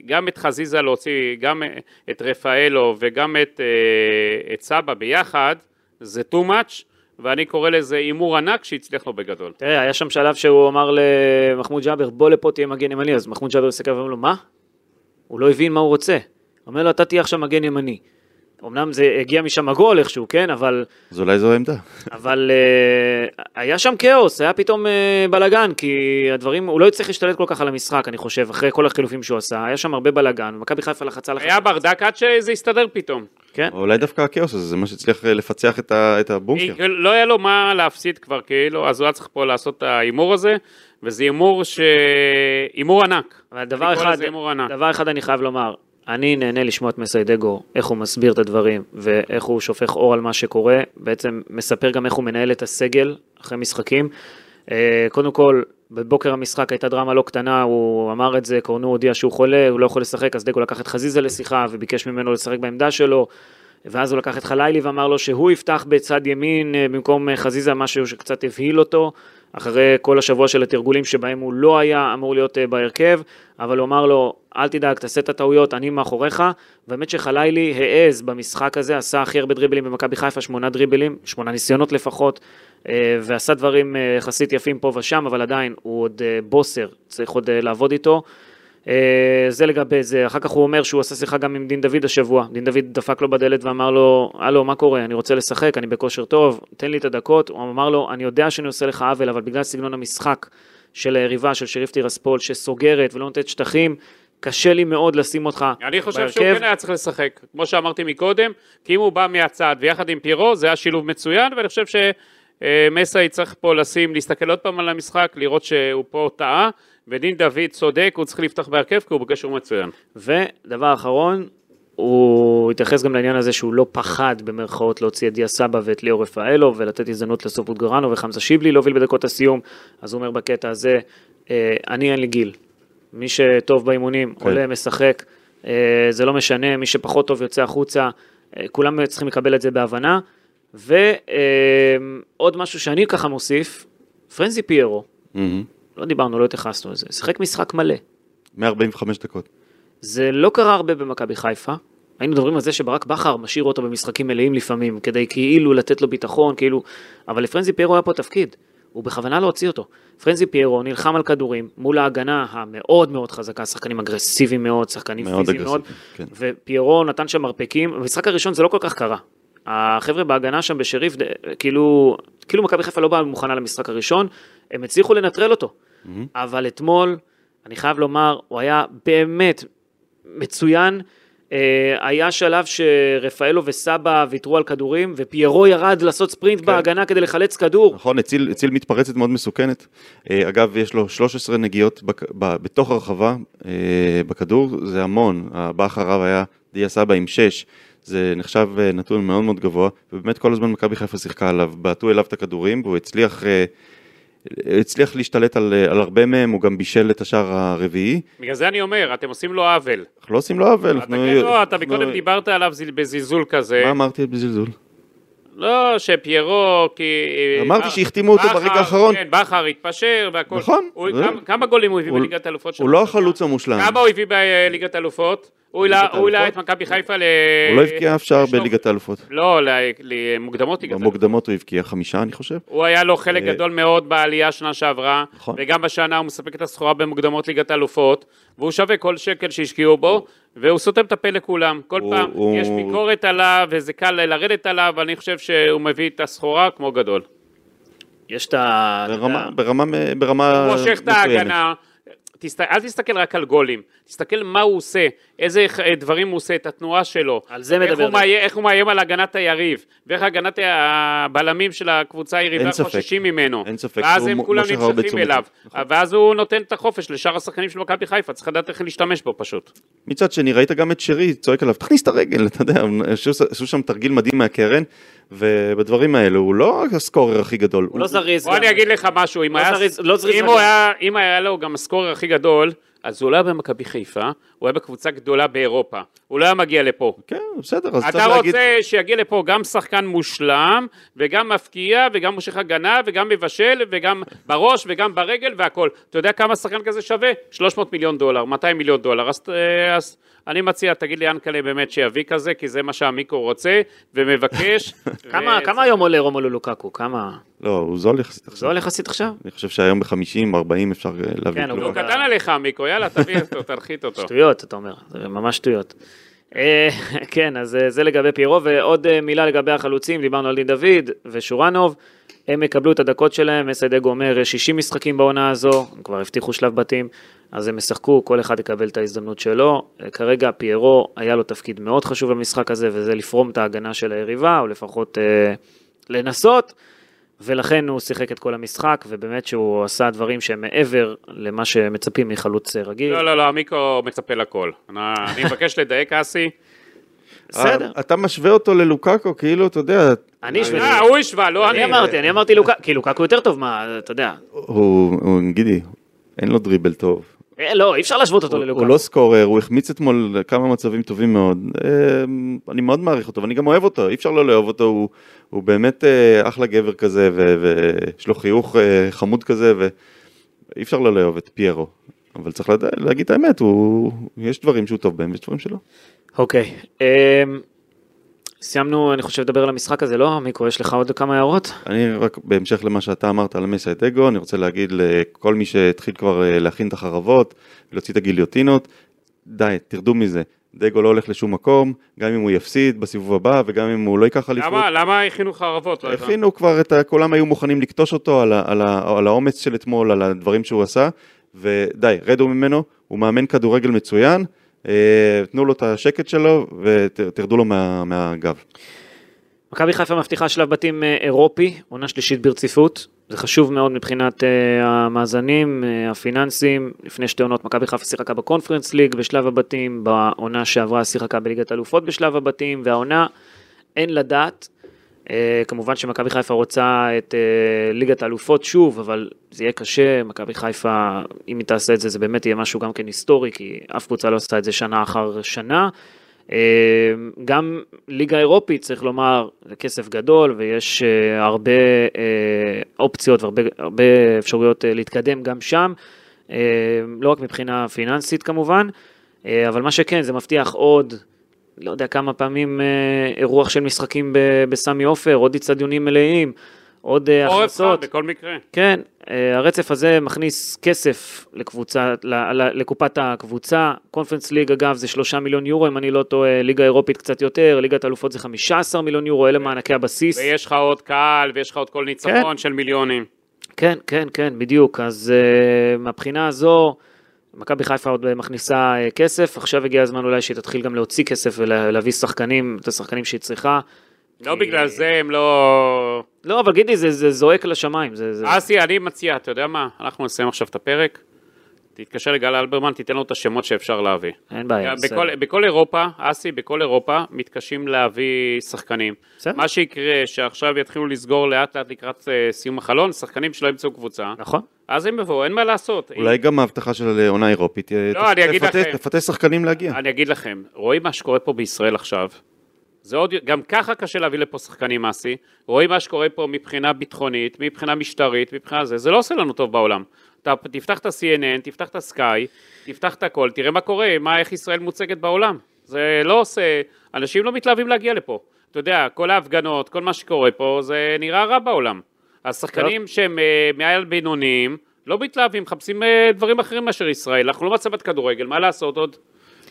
Speaker 4: גם את חזיזה להוציא, גם את רפאלו וגם את, אה, את סבא ביחד, זה too much, ואני קורא לזה הימור ענק שהצליח לו בגדול.
Speaker 2: תראה, היה שם שלב שהוא אמר למחמוד ג'אבר, בוא לפה תהיה מגן ימני, אז מחמוד ג'אבר מסתכל ואומר לו, מה? הוא לא הבין מה הוא רוצה. אומר לו, אתה תהיה עכשיו מגן ימני. אמנם זה הגיע משם הגול איכשהו, כן? אבל
Speaker 3: אז אולי זו העמדה.
Speaker 2: אבל uh, היה שם כאוס, היה פתאום uh, בלאגן, כי הדברים, הוא לא הצליח להשתלט כל כך על המשחק, אני חושב, אחרי כל החילופים שהוא עשה, היה שם הרבה בלאגן, ומכבי חיפה לחצה לחצה.
Speaker 4: היה ברדק עד שזה הסתדר פתאום.
Speaker 2: כן,
Speaker 3: או אולי דווקא הכאוס הזה, זה מה שהצליח אה, לפצח את, ה, את הבונקר.
Speaker 4: היא- לא היה לו מה להפסיד כבר, כאילו, אז הוא היה צריך פה לעשות את ההימור הזה, וזה הימור ש... הימור ענק.
Speaker 2: אבל דבר
Speaker 4: אני קורא
Speaker 2: אחד,
Speaker 4: לזה הימור ענק.
Speaker 2: דבר אחד אני חייב לומר, אני נהנה לשמוע את מסיידגו, איך הוא מסביר את הדברים, ואיך הוא שופך אור על מה שקורה, בעצם מספר גם איך הוא מנהל את הסגל אחרי משחקים. אה, קודם כל, בבוקר המשחק הייתה דרמה לא קטנה, הוא אמר את זה, קורנו הודיע שהוא חולה, הוא לא יכול לשחק, אז דגו לקח את חזיזה לשיחה וביקש ממנו לשחק בעמדה שלו, ואז הוא לקח את חלילי ואמר לו שהוא יפתח בצד ימין אה, במקום אה, חזיזה, משהו שקצת הבהיל אותו, אחרי כל השבוע של התרגולים שבהם הוא לא היה אמור להיות אה, בהרכב, אבל הוא אמר לו, אל תדאג, תעשה את הטעויות, אני מאחוריך. באמת שחלילי העז במשחק הזה, עשה הכי הרבה דריבלים במכבי חיפה, שמונה דריבלים, שמונה ניסיונות לפחות, אה, ועשה דברים אה, יחסית יפים פה ושם, אבל עדיין הוא עוד אה, בוסר, צריך עוד אה, לעבוד איתו. אה, זה לגבי זה, אחר כך הוא אומר שהוא עשה שיחה גם עם דין דוד השבוע, דין דוד דפק לו בדלת ואמר לו, הלו, מה קורה, אני רוצה לשחק, אני בכושר טוב, תן לי את הדקות, הוא אמר לו, אני יודע שאני עושה לך עוול, אבל בגלל סגנון המשחק של היריבה, של שריף טירספול, שסוגרת ולא נותנת שטחים, קשה לי מאוד לשים אותך
Speaker 4: אני חושב שהוא כן היה צריך לשחק, כמו שאמרתי מקודם, כי אם הוא בא מהצד ויחד עם פירו, זה היה שילוב מצוין, ואני חושב שמסאי צריך פה לשים, להסתכל עוד פעם על המשחק, לראות שהוא פה טעה, ודין דוד צודק, הוא צריך לפתוח בהרכב, כי הוא בקשר מצוין.
Speaker 2: ודבר אחרון, הוא התייחס גם לעניין הזה שהוא לא פחד במרכאות להוציא את דיה סבא ואת ליאור רפאלו ולתת הזדמנות לסופות גרנו וחמזה שיבלי להוביל בדקות הסיום, אז הוא אומר בקטע הזה, אה, אני אין לי גיל. מי שטוב באימונים
Speaker 3: כן.
Speaker 2: עולה, משחק, אה, זה לא משנה, מי שפחות טוב יוצא החוצה, אה, כולם צריכים לקבל את זה בהבנה. ועוד משהו שאני ככה מוסיף, פרנזי פיירו,
Speaker 3: מהמם.
Speaker 2: לא דיברנו, לא התייחסנו לזה, שיחק משחק מלא.
Speaker 3: 145 דקות.
Speaker 2: זה לא קרה הרבה במכבי חיפה. היינו מדברים על זה שברק בכר משאיר אותו במשחקים מלאים לפעמים, כדי כאילו לתת לו ביטחון, כאילו... אבל לפרנזי פיירו היה פה תפקיד, הוא בכוונה לא הוציא אותו. פרנזי פיירו נלחם על כדורים מול ההגנה המאוד מאוד חזקה, שחקנים אגרסיביים מאוד, שחקנים
Speaker 3: מאוד
Speaker 2: פיזיים מאוד,
Speaker 3: אגרסיבי, כן.
Speaker 2: ופיירו נתן שם מרפקים, במשחק הראשון זה לא כל כך קרה. החבר'ה בהגנה שם בשריף, ד- כאילו, כאילו מכבי חיפה לא באה מוכנה למשחק הראשון, הם הצליחו לנטרל אותו. Mm-hmm. אבל אתמול, אני חייב לומר, הוא היה באמת מצוין. אה, היה שלב שרפאלו וסבא ויתרו על כדורים, ופיירו ירד לעשות ספרינט כן. בהגנה כדי לחלץ כדור.
Speaker 3: נכון, הציל, הציל מתפרצת מאוד מסוכנת. אה, אגב, יש לו 13 נגיעות בק, ב, בתוך הרחבה אה, בכדור, זה המון. הבא אחריו היה דיה סבא עם 6. זה נחשב אה, נתון מאוד מאוד גבוה, ובאמת כל הזמן מכבי חיפה שיחקה עליו, בעטו אליו את הכדורים, והוא הצליח, אה, הצליח להשתלט על, אה, על הרבה מהם, הוא גם בישל את השער הרביעי.
Speaker 4: בגלל זה אני אומר, אתם עושים לו עוול.
Speaker 3: אנחנו לא עושים לו עוול.
Speaker 4: אתה
Speaker 3: אנחנו-
Speaker 4: כן לא, אתה
Speaker 3: אנחנו-
Speaker 4: מקודם דיברת עליו זיל- בזלזול כזה.
Speaker 3: מה אמרתי בזלזול?
Speaker 4: לא, שפיירו, כי...
Speaker 3: אמרתי
Speaker 4: אה,
Speaker 3: שהחתימו אותו
Speaker 4: בכר,
Speaker 3: ברגע האחרון.
Speaker 4: כן, בכר התפשר והכל.
Speaker 3: נכון,
Speaker 4: הוא-
Speaker 3: זה-
Speaker 4: כמה- כמה גולים הוא הביא
Speaker 3: הוא-
Speaker 4: בליגת האלופות
Speaker 3: הוא לא החלוץ המושלם.
Speaker 4: כמה הוא הביא בליגת האלופות? הוא העלה- הוא העלה את
Speaker 3: האלופות?
Speaker 4: מכבי חיפה ל...
Speaker 3: הוא לא הבקיע אף שער
Speaker 4: לשלוף.
Speaker 3: בליגת האלופות.
Speaker 4: לא, ל- למוקדמות ליגת האלופות.
Speaker 3: במוקדמות הוא הבקיע חמישה, אני חושב.
Speaker 4: הוא היה לו חלק
Speaker 3: אה,
Speaker 4: גדול מאוד בעלייה שנה שעברה,
Speaker 3: נכון.
Speaker 4: וגם בשנה הוא מספק את הסחורה במוקדמות ליגת האלופות, והוא שווה כל שקל שהשקיעו בו, והוא סותם את הפה לכולם. כל
Speaker 3: הוא-
Speaker 4: פעם
Speaker 3: הוא-
Speaker 4: יש ביקורת עליו, וזה קל לרדת עליו, אבל אני חושב שהוא מביא את הסחורה כמו גדול.
Speaker 2: יש את ה...
Speaker 3: ברמה, ברמה, ברמה
Speaker 4: אה. הוא מושך את ההגנה. תסת... אל תסתכל רק על גולים, תסתכל מה הוא עושה, איזה אה, דברים הוא עושה, את התנועה שלו.
Speaker 2: על זה
Speaker 4: איך
Speaker 2: מדבר
Speaker 4: הוא,
Speaker 2: דוד.
Speaker 4: מאיים, איך הוא מאיים על הגנת היריב, ואיך הגנת הבלמים של הקבוצה היריבה
Speaker 3: אין ספק.
Speaker 4: חוששים ממנו.
Speaker 3: אין ספק,
Speaker 4: ואז
Speaker 3: הוא
Speaker 4: הם
Speaker 3: מ-
Speaker 4: כולם
Speaker 3: מושך הרבה
Speaker 4: נמשכים
Speaker 3: תשומת לב.
Speaker 4: אליו. אה,
Speaker 3: נכון.
Speaker 4: ואז הוא נותן את החופש לשאר השחקנים של מכבי חיפה, צריך לדעת איך להשתמש בו
Speaker 2: אה,
Speaker 4: פשוט.
Speaker 3: מצד שני, ראית גם את שרי צועק עליו, תכניס את הרגל, אתה יודע, עשו עשו שם תרגיל מדהים מהקרן, ובדברים האלו הוא לא הסקורר הכי גדול.
Speaker 2: הוא לא זריז.
Speaker 4: בוא
Speaker 2: גם.
Speaker 4: אני אגיד לך משהו, אם
Speaker 2: לא
Speaker 4: היה-
Speaker 2: זריז- לא זריז
Speaker 4: אם הוא
Speaker 2: רגע.
Speaker 4: היה- אם היה לו גם הסקורר הכי גדול, אז הוא לא היה במכבי חיפה, הוא היה בקבוצה גדולה באירופה. הוא לא היה מגיע לפה.
Speaker 3: כן, בסדר, אז
Speaker 4: אתה
Speaker 3: צריך להגיד...
Speaker 4: רוצה שיגיע לפה גם שחקן מושלם, וגם מפקיע, וגם מושך הגנה, וגם מבשל, וגם בראש, וגם ברגל, והכל. אתה יודע כמה שחקן כזה שווה? 300 מיליון דולר, 200 מיליון דולר. אז, אה, אז אני מציע, תגיד לי אנקלה באמת שיביא כזה, כי זה מה שהמיקרו רוצה, ומבקש.
Speaker 2: כמה,
Speaker 4: ו-
Speaker 2: כמה היום עולה רומולו לוקקו? כמה?
Speaker 3: לא, הוא זול יחסית
Speaker 2: זה
Speaker 3: עכשיו.
Speaker 2: עולה יחסית עכשיו?
Speaker 3: אני חושב שהיום ב-50, 40 אפשר אה, להביא
Speaker 2: כן,
Speaker 3: את
Speaker 2: הוא
Speaker 4: הוא לא
Speaker 3: לוקאקו.
Speaker 4: קטן עליך המיקרו, יאללה, תביא אותו, תנחית אותו.
Speaker 2: שטויות, אתה אומר, זה ממש שטויות. אה, כן, אז אה, זה לגבי פיירו, ועוד אה, מילה לגבי החלוצים, דיברנו על דין דוד ושורנוב, הם יקבלו את הדקות שלהם, אסיידגו אומר, 60 משחקים בעונה הזו, הם כבר הבטיחו שלב בתים, אז הם ישחקו, כל אחד יקבל את ההזדמנות שלו. אה, כרגע פיירו, היה לו תפקיד מאוד חשוב במשחק הזה, וזה לפרום את ההגנה של היריבה, או לפחות אה, לנסות. ולכן הוא שיחק את כל המשחק, ובאמת שהוא עשה דברים שהם מעבר למה שמצפים מחלוץ אה, רגיל.
Speaker 4: לא, לא, לא, מיקו מצפה לכל. אני- אני מבקש לדייק, אסי.
Speaker 2: בסדר.
Speaker 3: אה, אתה משווה אותו ללוקאקו, כאילו, אתה יודע,
Speaker 2: אני השוויתי.
Speaker 4: אה, הוא השווה, לא אני.
Speaker 2: אני אמרתי, אני אמרתי לוקקו, כי לוקקו יותר טוב מה, אתה יודע.
Speaker 3: הוא, הוא גידי, אין לו דריבל טוב.
Speaker 2: אה, לא, אי אפשר להשוות אותו
Speaker 3: הוא,
Speaker 2: ללוקקו.
Speaker 3: הוא לא סקורר, הוא החמיץ אתמול כמה מצבים טובים מאוד. אה, אני מאוד מעריך אותו, ואני גם אוהב אותו, אי אפשר לא לאהוב אותו, הוא, הוא באמת אה, אחלה גבר כזה, ו- ויש לו חיוך אה, חמוד כזה, ואי אפשר לא לאהוב את פיירו. אבל צריך לדע, להגיד את האמת, הוא, יש דברים שהוא טוב בהם, ויש דברים שלא.
Speaker 2: אוקיי. אמ, סיימנו, אני חושב, לדבר על המשחק הזה, לא? מיקו, יש לך עוד כמה הערות?
Speaker 3: אני רק בהמשך למה שאתה אמרת על מסע את אגו, אני רוצה להגיד לכל מי שהתחיל כבר אה, להכין את החרבות, להוציא את הגיליוטינות, די, תרדו מזה. דגו לא הולך לשום מקום, גם אם הוא יפסיד בסיבוב הבא וגם אם הוא לא ייקח אליפות.
Speaker 4: למה, למה הכינו חרבות? לא הבנתי.
Speaker 3: הכינו כבר את ה... כולם היו מוכנים לקטוש אותו על, ה... על, ה... על האומץ של אתמול, על הדברים שהוא עשה, ודי, רדו ממנו, הוא מאמן כדורגל מצוין, אה, תנו לו את השקט שלו ותרדו לו מה... מהגב.
Speaker 2: מכבי חיפה מבטיחה שלב בתים אה, אירופי, עונה שלישית ברציפות. זה חשוב מאוד מבחינת אה, המאזנים, אה, הפיננסים. לפני שתי עונות מכבי חיפה שיחקה בקונפרנס ליג בשלב הבתים, בעונה שעברה שיחקה בליגת אלופות בשלב הבתים, והעונה אין לדעת. אה, כמובן שמכבי חיפה רוצה את אה, ליגת האלופות שוב, אבל זה יהיה קשה, מכבי חיפה, אם היא תעשה את זה, זה באמת יהיה משהו גם כן היסטורי, כי אף קבוצה לא עשתה את זה שנה אחר שנה. אה, גם ליגה אירופית, צריך לומר, זה כסף גדול, ויש אה, הרבה אה, אופציות והרבה הרבה אפשרויות אה, להתקדם גם שם, אה, לא רק מבחינה פיננסית כמובן, אה, אבל מה שכן, זה מבטיח עוד לא יודע כמה פעמים אה, אירוח של משחקים ב- בסמי עופר, עוד איצטדיונים מלאים, עוד אה,
Speaker 4: עורף חם
Speaker 2: הכנסות.
Speaker 4: בכל מקרה.
Speaker 2: כן, אה, הרצף הזה מכניס כסף לקבוצה, ל- ל- לקופת הקבוצה. קונפרנס ליג, אגב, זה שלושה מיליון יורו, אם אני לא טועה, ליגה אירופית קצת יותר, ליגת אלופות זה 15 מיליון יורו, אלה מענקי הבסיס.
Speaker 4: ויש לך עוד קהל, ויש לך עוד כל ניצחון של מיליונים.
Speaker 2: כן, כן, כן, בדיוק. אז uh, מהבחינה הזו, מכבי חיפה עוד מכניסה uh, כסף, עכשיו הגיע הזמן אולי שהיא תתחיל גם להוציא כסף ולהביא שחקנים, את השחקנים שהיא צריכה.
Speaker 4: לא בגלל זה הם לא...
Speaker 2: לא, אבל גידי, זה, זה זועק לשמיים. זה, זה...
Speaker 4: אסי, אני מציע, אתה יודע מה? אנחנו נסיים עכשיו את הפרק. תתקשר לגל אלברמן, תיתן לו את השמות שאפשר להביא.
Speaker 2: אין בעיה, כן, בסדר.
Speaker 4: בכל, בכל אירופה, אסי, בכל אירופה מתקשים להביא שחקנים.
Speaker 2: בסדר.
Speaker 4: מה שיקרה, שעכשיו יתחילו לסגור לאט לאט לקראת אה, סיום החלון, שחקנים שלא ימצאו קבוצה,
Speaker 2: נכון.
Speaker 4: אז הם יבואו, אין מה לעשות.
Speaker 3: אולי גם ההבטחה של עונה אירופית, אה,
Speaker 4: לא, אני אגיד
Speaker 3: תפתה-
Speaker 4: לכם.
Speaker 3: תפתה שחקנים להגיע.
Speaker 4: אני אגיד לכם, רואים מה שקורה פה בישראל עכשיו, זה עוד, גם ככה קשה להביא לפה שחקנים אסי, רואים מה שקורה פה מבחינה ביטחונית, מבחינה משטרית, מבחינה זה, זה לא עושה לנו טוב בעולם. אתה תפתח את ה-CNN, תפתח את הסקאי, תפתח את הכל, תראה מה קורה, מה, איך ישראל מוצגת בעולם. זה לא עושה, אנשים לא מתלהבים להגיע לפה. אתה יודע, כל ההפגנות, כל מה שקורה פה, זה נראה רע בעולם. השחקנים שהם אה, מעל בינוניים, לא מתלהבים, מחפשים אה, דברים אחרים מאשר ישראל. אנחנו לא מצבת כדורגל, מה לעשות עוד?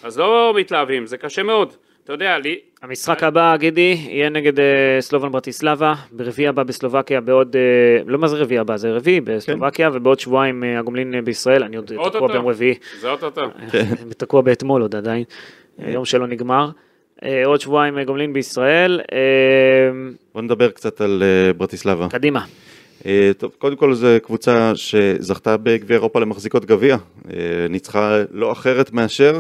Speaker 4: אז לא מתלהבים, זה קשה מאוד. אתה יודע, לי,
Speaker 2: המשחק הבא, גידי, יהיה נגד אה, סלובן ברטיסלבה, ברביעי הבא בסלובקיה, בעוד... אה, לא מה זה רביעי הבא, זה רביעי בסלובקיה, ובעוד שבועיים אה, הגומלין אה, בישראל, אני עוד
Speaker 4: אוטוטו.
Speaker 2: תקוע ביום רביעי. אה,
Speaker 4: זה אוטוטו.
Speaker 2: אני תקוע באתמול עוד עדיין, יום שלא נגמר. אה, עוד שבועיים אה, גומלין בישראל, אה,
Speaker 3: בוא נדבר קצת על אה, ברטיסלבה.
Speaker 4: כן.
Speaker 2: קדימה.
Speaker 3: אה, טוב, קודם כל זו קבוצה שזכתה בגביע אירופה למחזיקות גביע. אה, ניצחה לא אחרת מאשר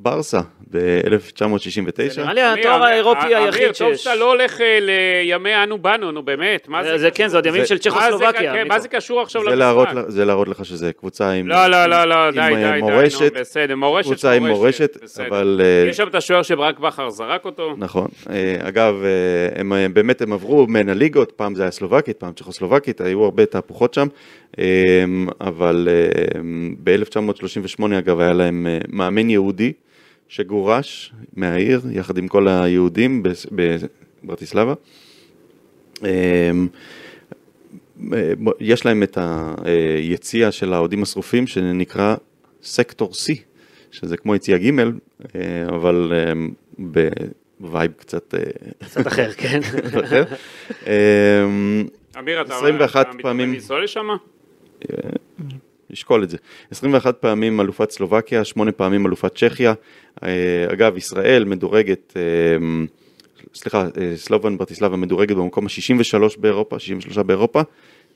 Speaker 3: ברסה ב-1969.
Speaker 2: נראה לי התואר האירופי היחיד
Speaker 4: טוב
Speaker 2: שיש.
Speaker 4: שאתה לא הולך אה, לימי אנו באנו, נו באמת, מה
Speaker 2: זה-
Speaker 4: זה?
Speaker 2: זה כן, זה עוד ימים
Speaker 3: זה-
Speaker 2: של
Speaker 4: מה זה-
Speaker 2: צ'כוסלובקיה.
Speaker 4: כן,
Speaker 2: מיקו.
Speaker 4: מה זה קשור עכשיו
Speaker 3: זה להראות,
Speaker 4: למשחק?
Speaker 3: ל- זה להראות לך שזה קבוצה עם...
Speaker 4: לא, לא, לא, לא, די,
Speaker 3: אה,
Speaker 4: די, די, נו,
Speaker 3: מורשת.
Speaker 4: בסדר, מורשת,
Speaker 3: קבוצה עם מורשת,
Speaker 4: בסדר.
Speaker 3: אבל, אה,
Speaker 4: יש שם את השוער שברק בכר זרק אותו.
Speaker 3: נכון. אה, אגב, אה, הם אה, באמת, הם עברו בין הליגות, פעם זה היה סלובקית, פעם צ'כוסלובקית, היו הרבה תהפוכות שם, אה, אבל אה, ב-1938, אגב, היה להם אה, מאמן יהודי שגורש מהעיר, יחד עם כל היהודים בס- בברטיסלבה. אה, יש להם את היציע של האוהדים השרופים שנקרא סקטור C, שזה כמו יציע ג', אה, אבל אה, בווייב קצת אה,
Speaker 2: קצת אחר, כן.
Speaker 3: אחר. אה,
Speaker 4: אמיר, אתה
Speaker 3: 21
Speaker 4: אתה
Speaker 3: פעמים.
Speaker 4: מתכוון לנסוע לשם?
Speaker 3: נשקול את זה. 21 פעמים אלופת סלובקיה, 8 פעמים אלופת צ'כיה. אה, אגב, ישראל מדורגת אה, סליחה, אה, סלובן ברטיסלבה מדורגת במקום ה-63 באירופה, 63 באירופה,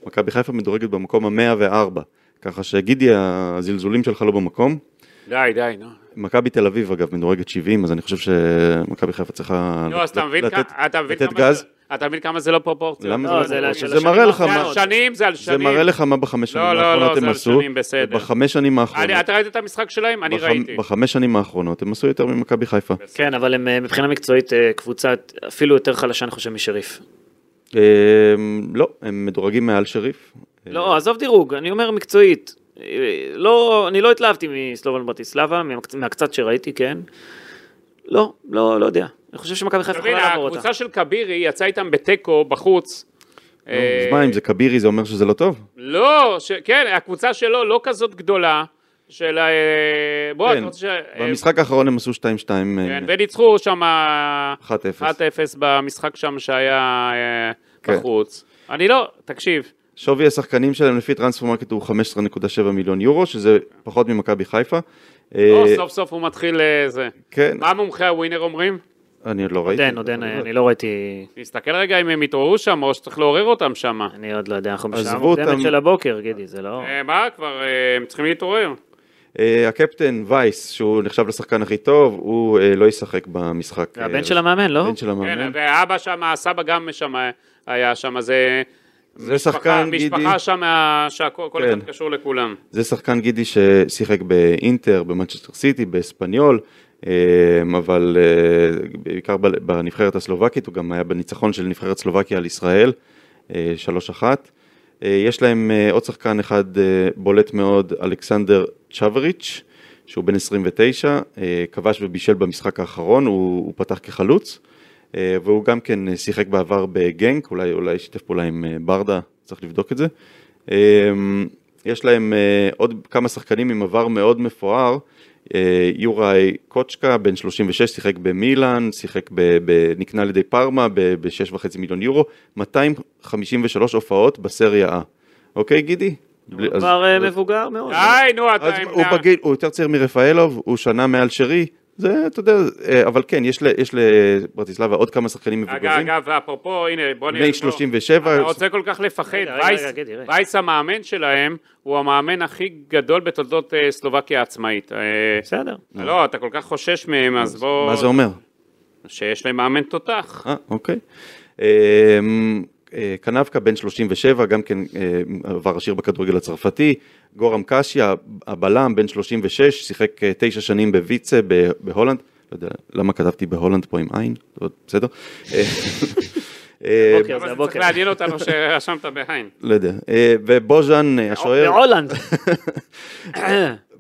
Speaker 3: מכבי חיפה מדורגת במקום ה-104, ככה שגידי, הזלזולים שלך לא במקום.
Speaker 4: די, די, נו.
Speaker 3: מכבי תל אביב אגב מדורגת 70, אז אני חושב שמכבי חיפה צריכה
Speaker 4: נו, לא, אז אתה מבין
Speaker 3: לתת-
Speaker 4: כמה- אתה מבין
Speaker 3: לתת
Speaker 4: כמה
Speaker 3: גז.
Speaker 4: זה- אתה מבין כמה זה לא פרופורציה?
Speaker 3: למה
Speaker 2: לא,
Speaker 3: לא
Speaker 2: זה
Speaker 3: נכון?
Speaker 2: לא- של
Speaker 3: זה מראה
Speaker 2: השנים
Speaker 3: לך
Speaker 4: זה
Speaker 3: מה...
Speaker 4: על שנים, זה על
Speaker 3: זה
Speaker 4: שנים.
Speaker 3: מראה לך מה בחמש שנים
Speaker 4: לא, לא,
Speaker 3: האחרונות
Speaker 4: לא,
Speaker 3: הם
Speaker 4: זה על
Speaker 3: עשו.
Speaker 4: שנים, בסדר.
Speaker 3: בחמש שנים האחרונות.
Speaker 4: אני- אתה ראית את המשחק שלהם? אני
Speaker 3: בח-
Speaker 4: ראיתי.
Speaker 3: בחמש שנים האחרונות הם עשו יותר ממכבי חיפה.
Speaker 2: כן, אבל הם אה, מבחינה מקצועית אה, קבוצה אפילו יותר חלשה, אני חושב, משריף.
Speaker 3: אמ, לא, הם מדורגים מעל שריף.
Speaker 2: לא, עזוב דירוג, אני אומר מקצועית. אה, לא, אני לא התלהבתי מסלובן ברטיסלבה, מהמק- מהקצת שראיתי, כן. לא, לא, לא יודע. אני חושב שמכבי חיפה
Speaker 4: אתה מבין,
Speaker 2: יכולה לא לעבור אותה.
Speaker 4: הקבוצה של כבירי יצאה איתם בתיקו בחוץ.
Speaker 3: נו,
Speaker 4: אה,
Speaker 3: אז מה, לא אם זה כבירי זה אומר שזה לא טוב?
Speaker 4: לא, ש- כן, הקבוצה שלו לא כזאת גדולה. של ה... אה, בוא,
Speaker 3: כן,
Speaker 4: אתה רוצה ש... אה,
Speaker 3: במשחק האחרון הם עשו 2-2.
Speaker 4: כן,
Speaker 3: אה,
Speaker 4: וניצחו שם 1-0
Speaker 3: 1-0.
Speaker 4: במשחק שם שהיה אה,
Speaker 3: כן.
Speaker 4: בחוץ. אני לא, תקשיב,
Speaker 3: שווי השחקנים שלהם לפי טרנספר מרקט הוא 15.7 מיליון יורו, שזה פחות ממכבי חיפה.
Speaker 4: לא,
Speaker 3: אה,
Speaker 4: סוף סוף הוא מתחיל אה, זה.
Speaker 3: כן,
Speaker 4: מה מומחי הווינר אומרים?
Speaker 3: אני עוד לא ראיתי.
Speaker 2: עודן, עודן, אה, אני לא ראיתי,
Speaker 4: תסתכל רגע אם הם התעוררו שם או שצריך לעורר אותם שם.
Speaker 2: אני עוד לא יודע, אנחנו בשעה
Speaker 3: עזבו
Speaker 2: מוקדמת
Speaker 3: אותם.
Speaker 2: של הבוקר, גידי, זה לא...
Speaker 4: אה, מה כבר, אה, הם צריכים להתעורר.
Speaker 3: אה, הקפטן וייס, שהוא נחשב לשחקן הכי טוב, הוא אה, לא ישחק במשחק.
Speaker 2: זה
Speaker 3: אה,
Speaker 2: הבן של המאמן, לא?
Speaker 3: הבן של
Speaker 4: כן,
Speaker 3: המאמן.
Speaker 4: ואבא שם, הסבא גם שם היה שם, זה...
Speaker 3: זה
Speaker 4: משפחה-
Speaker 3: שחקן, גידי.
Speaker 4: משפחה שם, שכל
Speaker 3: כן.
Speaker 4: אחד קשור לכולם.
Speaker 3: זה שחקן גידי ששיחק באינטר, במנצ'סטר סיטי, באספניול, אה, אבל אה, בעיקר ב- בנבחרת הסלובקית, הוא גם היה בניצחון של נבחרת סלובקיה על ישראל, אה, 3-1. אה, יש להם אה, עוד שחקן אחד אה, בולט מאוד, אלכסנדר צ'אבריץ', שהוא בן 29, אה, כבש ובישל במשחק האחרון, הוא, הוא פתח כחלוץ, אה, והוא גם כן אה, שיחק בעבר בגנק, אולי, אולי שיתף פעולה עם אה, ברדה, צריך לבדוק את זה. אה, יש להם אה, עוד כמה שחקנים עם עבר מאוד מפואר, אה, יוראי קוצ'קה, בן 36, שיחק במילאן, שיחק, ב, ב, נקנה על ידי פארמה ב-6.5 מיליון יורו, 253 הופעות בסריה A. אוקיי, גידי? בלי-
Speaker 2: הוא
Speaker 3: אז-
Speaker 2: כבר אה, מבוגר מאוד.
Speaker 4: די, נו,
Speaker 3: אז
Speaker 4: אתה... עם
Speaker 3: הוא
Speaker 4: ה-
Speaker 3: בגיל, הוא יותר צעיר מרפאלוב, הוא שנה מעל שרי, זה, אתה יודע, אה, אבל כן, יש ל- יש לברטיסלבה עוד כמה שחקנים
Speaker 4: אגב,
Speaker 3: מבוגרים.
Speaker 4: אגב, אפרופו, הנה, בוא נראה.
Speaker 3: בני
Speaker 4: פה.
Speaker 3: 37.
Speaker 4: אתה רוצה כל כך לפחד.
Speaker 2: רגע, רגע,
Speaker 4: וייס-
Speaker 2: רגע, גידי, רגע.
Speaker 4: וייס המאמן שלהם, הוא המאמן הכי גדול בתולדות אה, סלובקיה העצמאית. אה,
Speaker 2: בסדר.
Speaker 4: לא, אתה כל כך חושש מהם, אז בוא...
Speaker 3: מה זה אומר?
Speaker 4: שיש להם מאמן תותח.
Speaker 3: אה, אוקיי. אמ, אה, קנבקה בן 37, גם כן אה, עבר עשיר בכדורגל הצרפתי. גורם קשיה, הבלם, בן 36, שיחק אה, תשע שנים בויצה ב- בהולנד. לא יודע למה כתבתי בהולנד פה עם עין, לא, בסדר. אה, אה,
Speaker 2: בוקר,
Speaker 4: אבל
Speaker 2: זה אוקיי,
Speaker 4: זה
Speaker 2: הבוקר.
Speaker 4: צריך לעניין אותנו שרשמת בעין.
Speaker 3: לא יודע. אה, ובוז'אן, אה, השוער,
Speaker 2: בהולנד.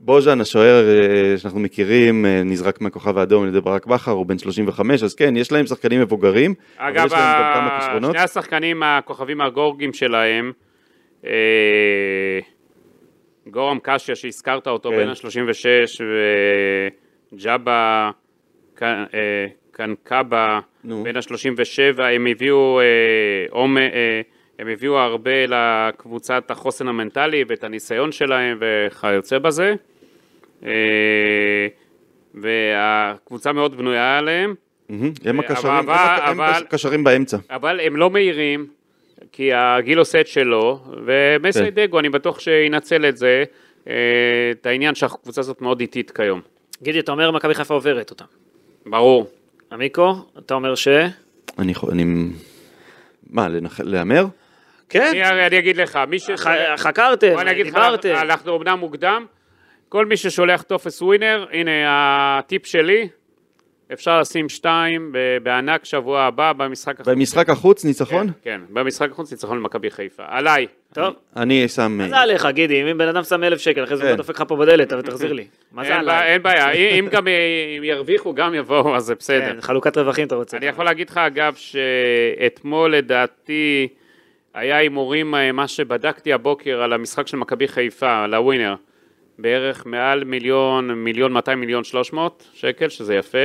Speaker 3: בוז'אן, השוער אה, שאנחנו מכירים, אה, נזרק מהכוכב האדום על ידי ברק בכר, הוא בן 35, אז כן, יש להם שחקנים מבוגרים, אבל
Speaker 4: אגב, אה,
Speaker 3: יש להם גם כמה
Speaker 4: ה-
Speaker 3: כישרונות.
Speaker 4: שני השחקנים, הכוכבים הגורגים שלהם, אה, גורם קשיה שהזכרת אותו
Speaker 3: כן.
Speaker 4: בין ה-36 וג'אבה ק- אה, קנקבה
Speaker 3: נו.
Speaker 4: בין ה-37, הם הביאו אה, עומ- אה, הם הביאו הרבה לקבוצת החוסן המנטלי ואת הניסיון שלהם וכיוצא בזה. אה, והקבוצה מאוד בנויה עליהם.
Speaker 3: מהמם, הם
Speaker 4: אה, אבל-
Speaker 3: הקשרים, הם הק- הם
Speaker 4: אבל-
Speaker 3: הקשרים באמצע.
Speaker 4: אבל הם לא מהירים, כי הגיל עושה את שלו, ומסיידגו, אני בטוח שינצל את זה, אה, את העניין שהקבוצה הזאת מאוד איטית כיום.
Speaker 2: גידי, אתה אומר מכבי חיפה עוברת אותם.
Speaker 4: ברור.
Speaker 2: כן. עמיקו, אתה אומר ש...
Speaker 3: אני יכול, אני... מה, לנח- להמר?
Speaker 4: אני,
Speaker 2: כן.
Speaker 4: הרי- אני אגיד לך, מי ש...
Speaker 2: ח- חקרתם,
Speaker 4: בוא אני אגיד לך,
Speaker 2: דיברתם.
Speaker 4: אנחנו אמנם מוקדם, כל מי ששולח טופס ווינר, הנה הטיפ שלי, אפשר לשים שתיים ב- בענק שבוע הבא במשחק החוץ.
Speaker 3: במשחק החוץ,
Speaker 4: כן,
Speaker 3: ניצחון?
Speaker 4: כן, במשחק החוץ ניצחון למכבי חיפה. עליי.
Speaker 2: טוב,
Speaker 3: אני שם... אה,
Speaker 2: מה זה עליך, גידי? אם בן אדם שם אלף שקל, אחרי זה הוא
Speaker 3: כן.
Speaker 2: דופק לך פה בדלת, אבל תחזיר לי. מה זה
Speaker 4: אין בעיה,
Speaker 2: עליי?
Speaker 4: אין בעיה, אם אם גם אה, אם ירוויחו גם יבואו, אז זה בסדר.
Speaker 2: כן, חלוקת רווחים אתה רוצה.
Speaker 4: אני יכול להגיד לך אגב שאתמול לדעתי היה הימורים, אה, מה שבדקתי הבוקר על המשחק של מכבי חיפה, על הווינר, בערך מעל מיליון, מיליון 200 מיליון 300 שקל, שזה יפה.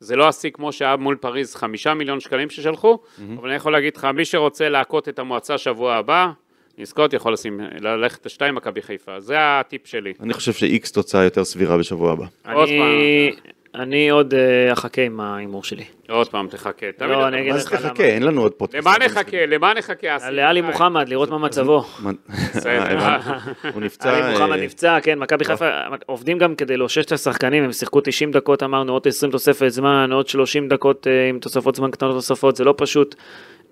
Speaker 4: זה לא השיא כמו שהיה מול פריז, חמישה מיליון שקלים ששלחו, אבל אני יכול להגיד לך, מי שרוצה להכות את המועצה שבוע הבא, לזכות יכול לשים, ללכת לשתיים מכבי חיפה, זה הטיפ שלי.
Speaker 3: אני חושב ש-X תוצאה יותר סבירה בשבוע הבא.
Speaker 4: עוד פעם.
Speaker 2: אני- אני עוד אה, אחכה עם ההימור שלי.
Speaker 4: עוד פעם, תחכה. תמיד
Speaker 2: לא,
Speaker 4: אתה-
Speaker 2: אני אגיד
Speaker 3: מה
Speaker 2: לך
Speaker 3: זה תחכה?
Speaker 2: למה.
Speaker 3: כן, אין לנו עוד פודקאסט.
Speaker 4: למה נחכה? למה נחכה? אסי?
Speaker 2: לאלי מוחמד, לראות מה מצבו.
Speaker 3: אה, הבנתי. הוא
Speaker 2: אלי
Speaker 3: נפצע.
Speaker 2: מוחמד
Speaker 3: אה,
Speaker 2: נפצע, כן, מכבי חיפה עובדים גם כדי לאושש את השחקנים, הם שיחקו 90 דקות, אמרנו, עוד 20 תוספת זמן, עוד 30 דקות אה, עם תוספות זמן קטנות נוספות, זה לא פשוט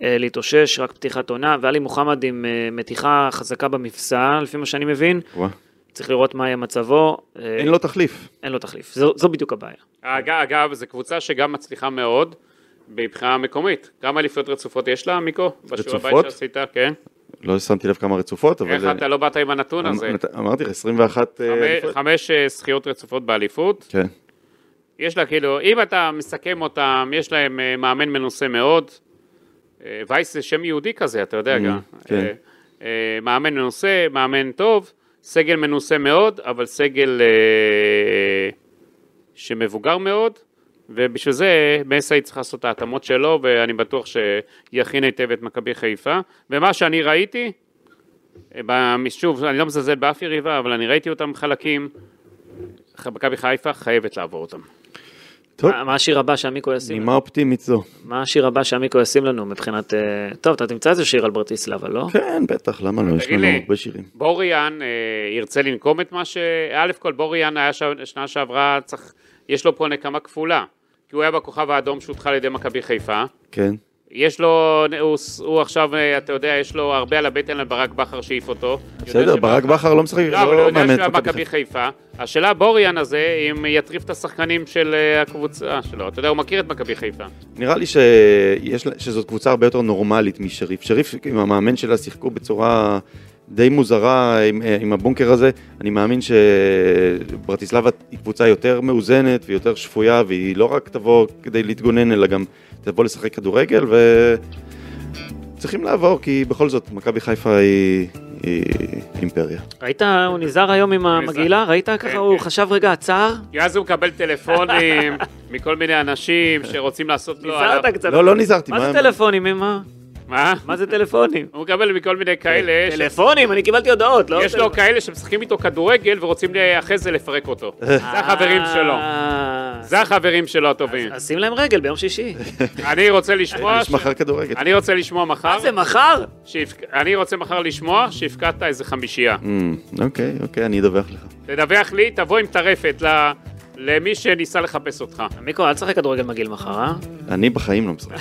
Speaker 2: אה, להתאושש, רק פתיחת עונה, ואלי מוחמד עם אה, מתיחה חזקה במפסע, לפי מה שאני מבין,
Speaker 3: וואי.
Speaker 2: צריך לראות מה יהיה מצבו, אה,
Speaker 3: אין לו תחליף.
Speaker 2: אין לו תחליף, זו זו בדיוק הבעיה.
Speaker 4: אג- אגב, זו קבוצה שגם מצליחה מאוד מבחינה מקומית. כמה אליפויות רצופות יש לה, מיקו? בשיעור הבית
Speaker 3: רצופות?
Speaker 4: שעשית, כן.
Speaker 3: לא שמתי לב כמה רצופות, אבל...
Speaker 4: איך
Speaker 3: אה,
Speaker 4: אתה לא באת עם הנתון הזה?
Speaker 3: אמ- נת- אמרתי לך, 21... אה,
Speaker 4: חמש-
Speaker 3: אליפויות.
Speaker 4: חמש אה, זכיות רצופות באליפות.
Speaker 3: כן.
Speaker 4: יש לה כאילו, אם אתה מסכם אותם, יש להם אה, מאמן מנוסה מאוד. אה, וייס זה שם יהודי כזה, אתה יודע גם.
Speaker 3: כן.
Speaker 4: אה, אה, מאמן מנוסה, מאמן טוב, סגל מנוסה מאוד, אבל סגל אה, שמבוגר מאוד, ובשביל זה מסי צריך לעשות את ההתאמות שלו, ואני בטוח שיכין היטב את מכבי חיפה. ומה שאני ראיתי, אה, במ- שוב, אני לא מזלזל באף יריבה, אבל אני ראיתי אותם חלקים, מכבי חיפה חייבת לעבור אותם.
Speaker 3: טוב,
Speaker 2: מה- מה השיר הבא שעמיקו ישים? לנו?
Speaker 3: נימה אופטימית זו.
Speaker 2: מה השיר הבא שעמיקו ישים לנו מבחינת... אה, טוב, אתה תמצא איזה שיר על ברטיסלבה, לא?
Speaker 3: כן, בטח, למה לא? יש
Speaker 4: תגיד
Speaker 3: לנו
Speaker 4: לי.
Speaker 3: הרבה שירים.
Speaker 4: בוריאן אה, ירצה לנקום את מה ש... א' כל בוריאן היה ש... שנה שעברה, צריך... יש לו פה נקמה כפולה. כי הוא היה בכוכב האדום שהודחה על ידי מכבי חיפה.
Speaker 3: כן.
Speaker 4: יש לו, הוא, הוא עכשיו, אה, אתה יודע, יש לו הרבה על הבטן על ברק בכר שהעיף אותו. יודע
Speaker 3: בסדר,
Speaker 4: שברק-
Speaker 3: ברק בכר לא משחק,
Speaker 4: לא, אבל הוא
Speaker 3: לא
Speaker 4: יודע
Speaker 3: מאמן
Speaker 4: שהוא
Speaker 3: את
Speaker 4: היה
Speaker 3: מכבי
Speaker 4: מכבי
Speaker 3: חיפה.
Speaker 4: חיפה. השאלה הבוריאן הזה, אם יטריף את השחקנים של אה, הקבוצה שלו. אתה יודע, הוא מכיר את מכבי חיפה.
Speaker 3: נראה לי שיש לה- שזאת קבוצה הרבה יותר נורמלית משריף. שריף עם המאמן שלה שיחקו בצורה די מוזרה עם, אה, עם הבונקר הזה. אני מאמין שברטיסלבה היא קבוצה יותר מאוזנת ויותר שפויה, והיא לא רק תבוא כדי להתגונן, אלא גם תבוא לשחק כדורגל, וצריכים לעבור, כי בכל זאת, מכבי חיפה היא, היא אימפריה.
Speaker 2: ראית, הוא נזהר היום עם המגעילה? ראית ככה,
Speaker 3: כן,
Speaker 2: הוא חשב רגע, עצר?
Speaker 4: כי אז הוא מקבל טלפונים מכל מיני אנשים שרוצים לעשות לו... עליו-
Speaker 2: נזהרת קצת.
Speaker 3: לא, לא נזהרתי.
Speaker 2: מה זה טלפונים, אמא?
Speaker 4: מה?
Speaker 2: מה זה טלפונים?
Speaker 4: הוא מקבל מכל מיני כאלה. ש-
Speaker 2: טלפונים, אני קיבלתי הודעות, לא?
Speaker 4: יש לו כאלה שמשחקים איתו כדורגל ורוצים ל- אחרי זה לפרק אותו. זה החברים שלו.
Speaker 2: אה,
Speaker 4: זה החברים שלו הטובים.
Speaker 2: אז שים להם רגל ביום שישי.
Speaker 4: אני רוצה לשמוע...
Speaker 3: יש
Speaker 4: ש-
Speaker 3: מחר כדורגל.
Speaker 4: אה, אני רוצה לשמוע מחר,
Speaker 2: מה זה, מחר?
Speaker 4: שיפק- אני רוצה מחר לשמוע שהפקדת איזה חמישייה.
Speaker 3: אמ, אוקיי, אוקיי, אני אדווח לך.
Speaker 4: תדווח לי, תבוא עם טרפת ל- למי שניסה לחפש אותך.
Speaker 2: מיקו, אל תשחק כדורגל מגעיל מחר, אה?
Speaker 3: אני בחיים לא משחק.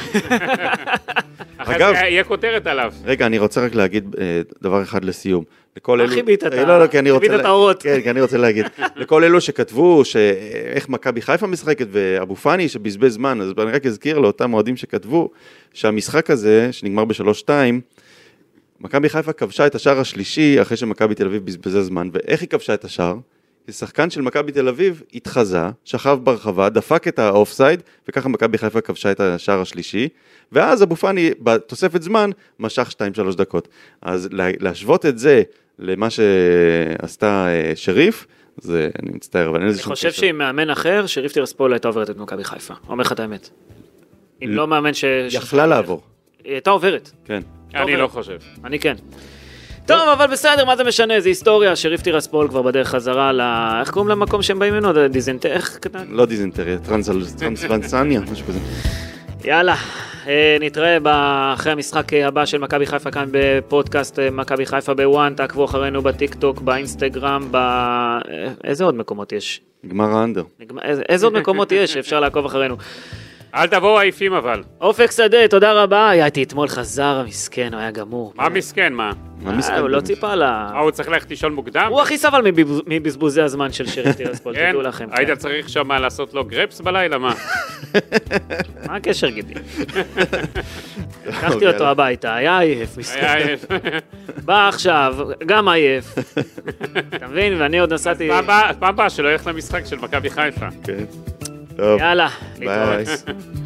Speaker 4: אחרי
Speaker 3: אגב-
Speaker 4: זה יהיה כותרת עליו.
Speaker 3: רגע, אני רוצה רק להגיד אה, דבר אחד לסיום. לכל
Speaker 2: מה
Speaker 3: אלו...
Speaker 2: חיבית את
Speaker 3: אה,
Speaker 2: ה-
Speaker 3: לא, לא, כי אני רוצה...
Speaker 2: חיבית את
Speaker 3: לה-
Speaker 2: האורות.
Speaker 3: כן, כי אני רוצה להגיד. לכל אלו שכתבו שאיך מכבי חיפה משחקת ואבו פאני שבזבז זמן, אז אני רק אזכיר לאותם אוהדים שכתבו שהמשחק הזה, שנגמר בשלוש-שתיים, מכבי חיפה כבשה את השער השלישי אחרי שמכבי תל אביב בזבזה זמן, ואיך היא כבשה את השער? כי שחקן של מכבי תל אביב התחזה, שכב ברחבה, דפק את האופסייד, וככה מכבי חיפה כבשה את השער השלישי, ואז אבו פאני בתוספת זמן משך 2-3 דקות. אז לה- להשוות את זה למה שעשתה אה, שריף, זה, אני מצטער, אבל אין לזה
Speaker 2: אני
Speaker 3: שום
Speaker 2: חושב שעם מאמן אחר, שריף תירספול הייתה עוברת את מכבי חיפה. אומר לך את האמת. אם לא מאמן ש...
Speaker 3: יכלה לעבור,
Speaker 2: היא הייתה עוברת.
Speaker 3: כן.
Speaker 4: אני
Speaker 2: אוקיי.
Speaker 4: לא חושב.
Speaker 2: אני כן. טוב, אבל בסדר, מה זה משנה? זה היסטוריה, שריף תירספול כבר בדרך חזרה ל... איך קוראים למקום שהם באים ממנו? דיזנט... איך קטן?
Speaker 3: לא דיזנטריה, טרנס- טרנסלנסניה, משהו כזה.
Speaker 2: יאללה, אה, נתראה ב- אחרי המשחק אה, הבא של מכבי חיפה כאן בפודקאסט אה, מכבי חיפה בוואן, תעקבו אחרינו בטיקטוק, באינסטגרם, ב... אה, איזה עוד מקומות יש?
Speaker 3: נגמר האנדר.
Speaker 2: נגמ- איזה- איזה עוד מקומות יש שאפשר לעקוב אחרינו?
Speaker 4: אל תבואו עייפים אבל.
Speaker 2: אופק שדה, תודה רבה. היה איתי אתמול חזר המסכן, הוא היה גמור.
Speaker 4: מה מסכן, מה?
Speaker 3: מה
Speaker 2: אה,
Speaker 3: מסתכל
Speaker 2: הוא לא
Speaker 3: באמת?
Speaker 2: ציפה לה...
Speaker 4: מה, הוא צריך ללכת לישון מוקדם?
Speaker 2: הוא הכי סבל מבזבוז- מבזבוזי הזמן של שריף תירספול,
Speaker 4: כן?
Speaker 2: תדעו לכם. כן.
Speaker 4: היית צריך שם לעשות לו גרפס בלילה, מה?
Speaker 2: מה הקשר גידי? לקחתי
Speaker 3: אוקיי,
Speaker 2: אותו הביתה, היה עייף, מסכן.
Speaker 4: היה עייף.
Speaker 2: בא עכשיו, גם עייף. אתה מבין? ואני עוד נסעתי...
Speaker 4: פעם הבאה- פעם הבאה שלא ילך למשחק של מכבי חיפה.
Speaker 3: כן. טוב,
Speaker 2: יאללה, להתראות.
Speaker 3: ביי.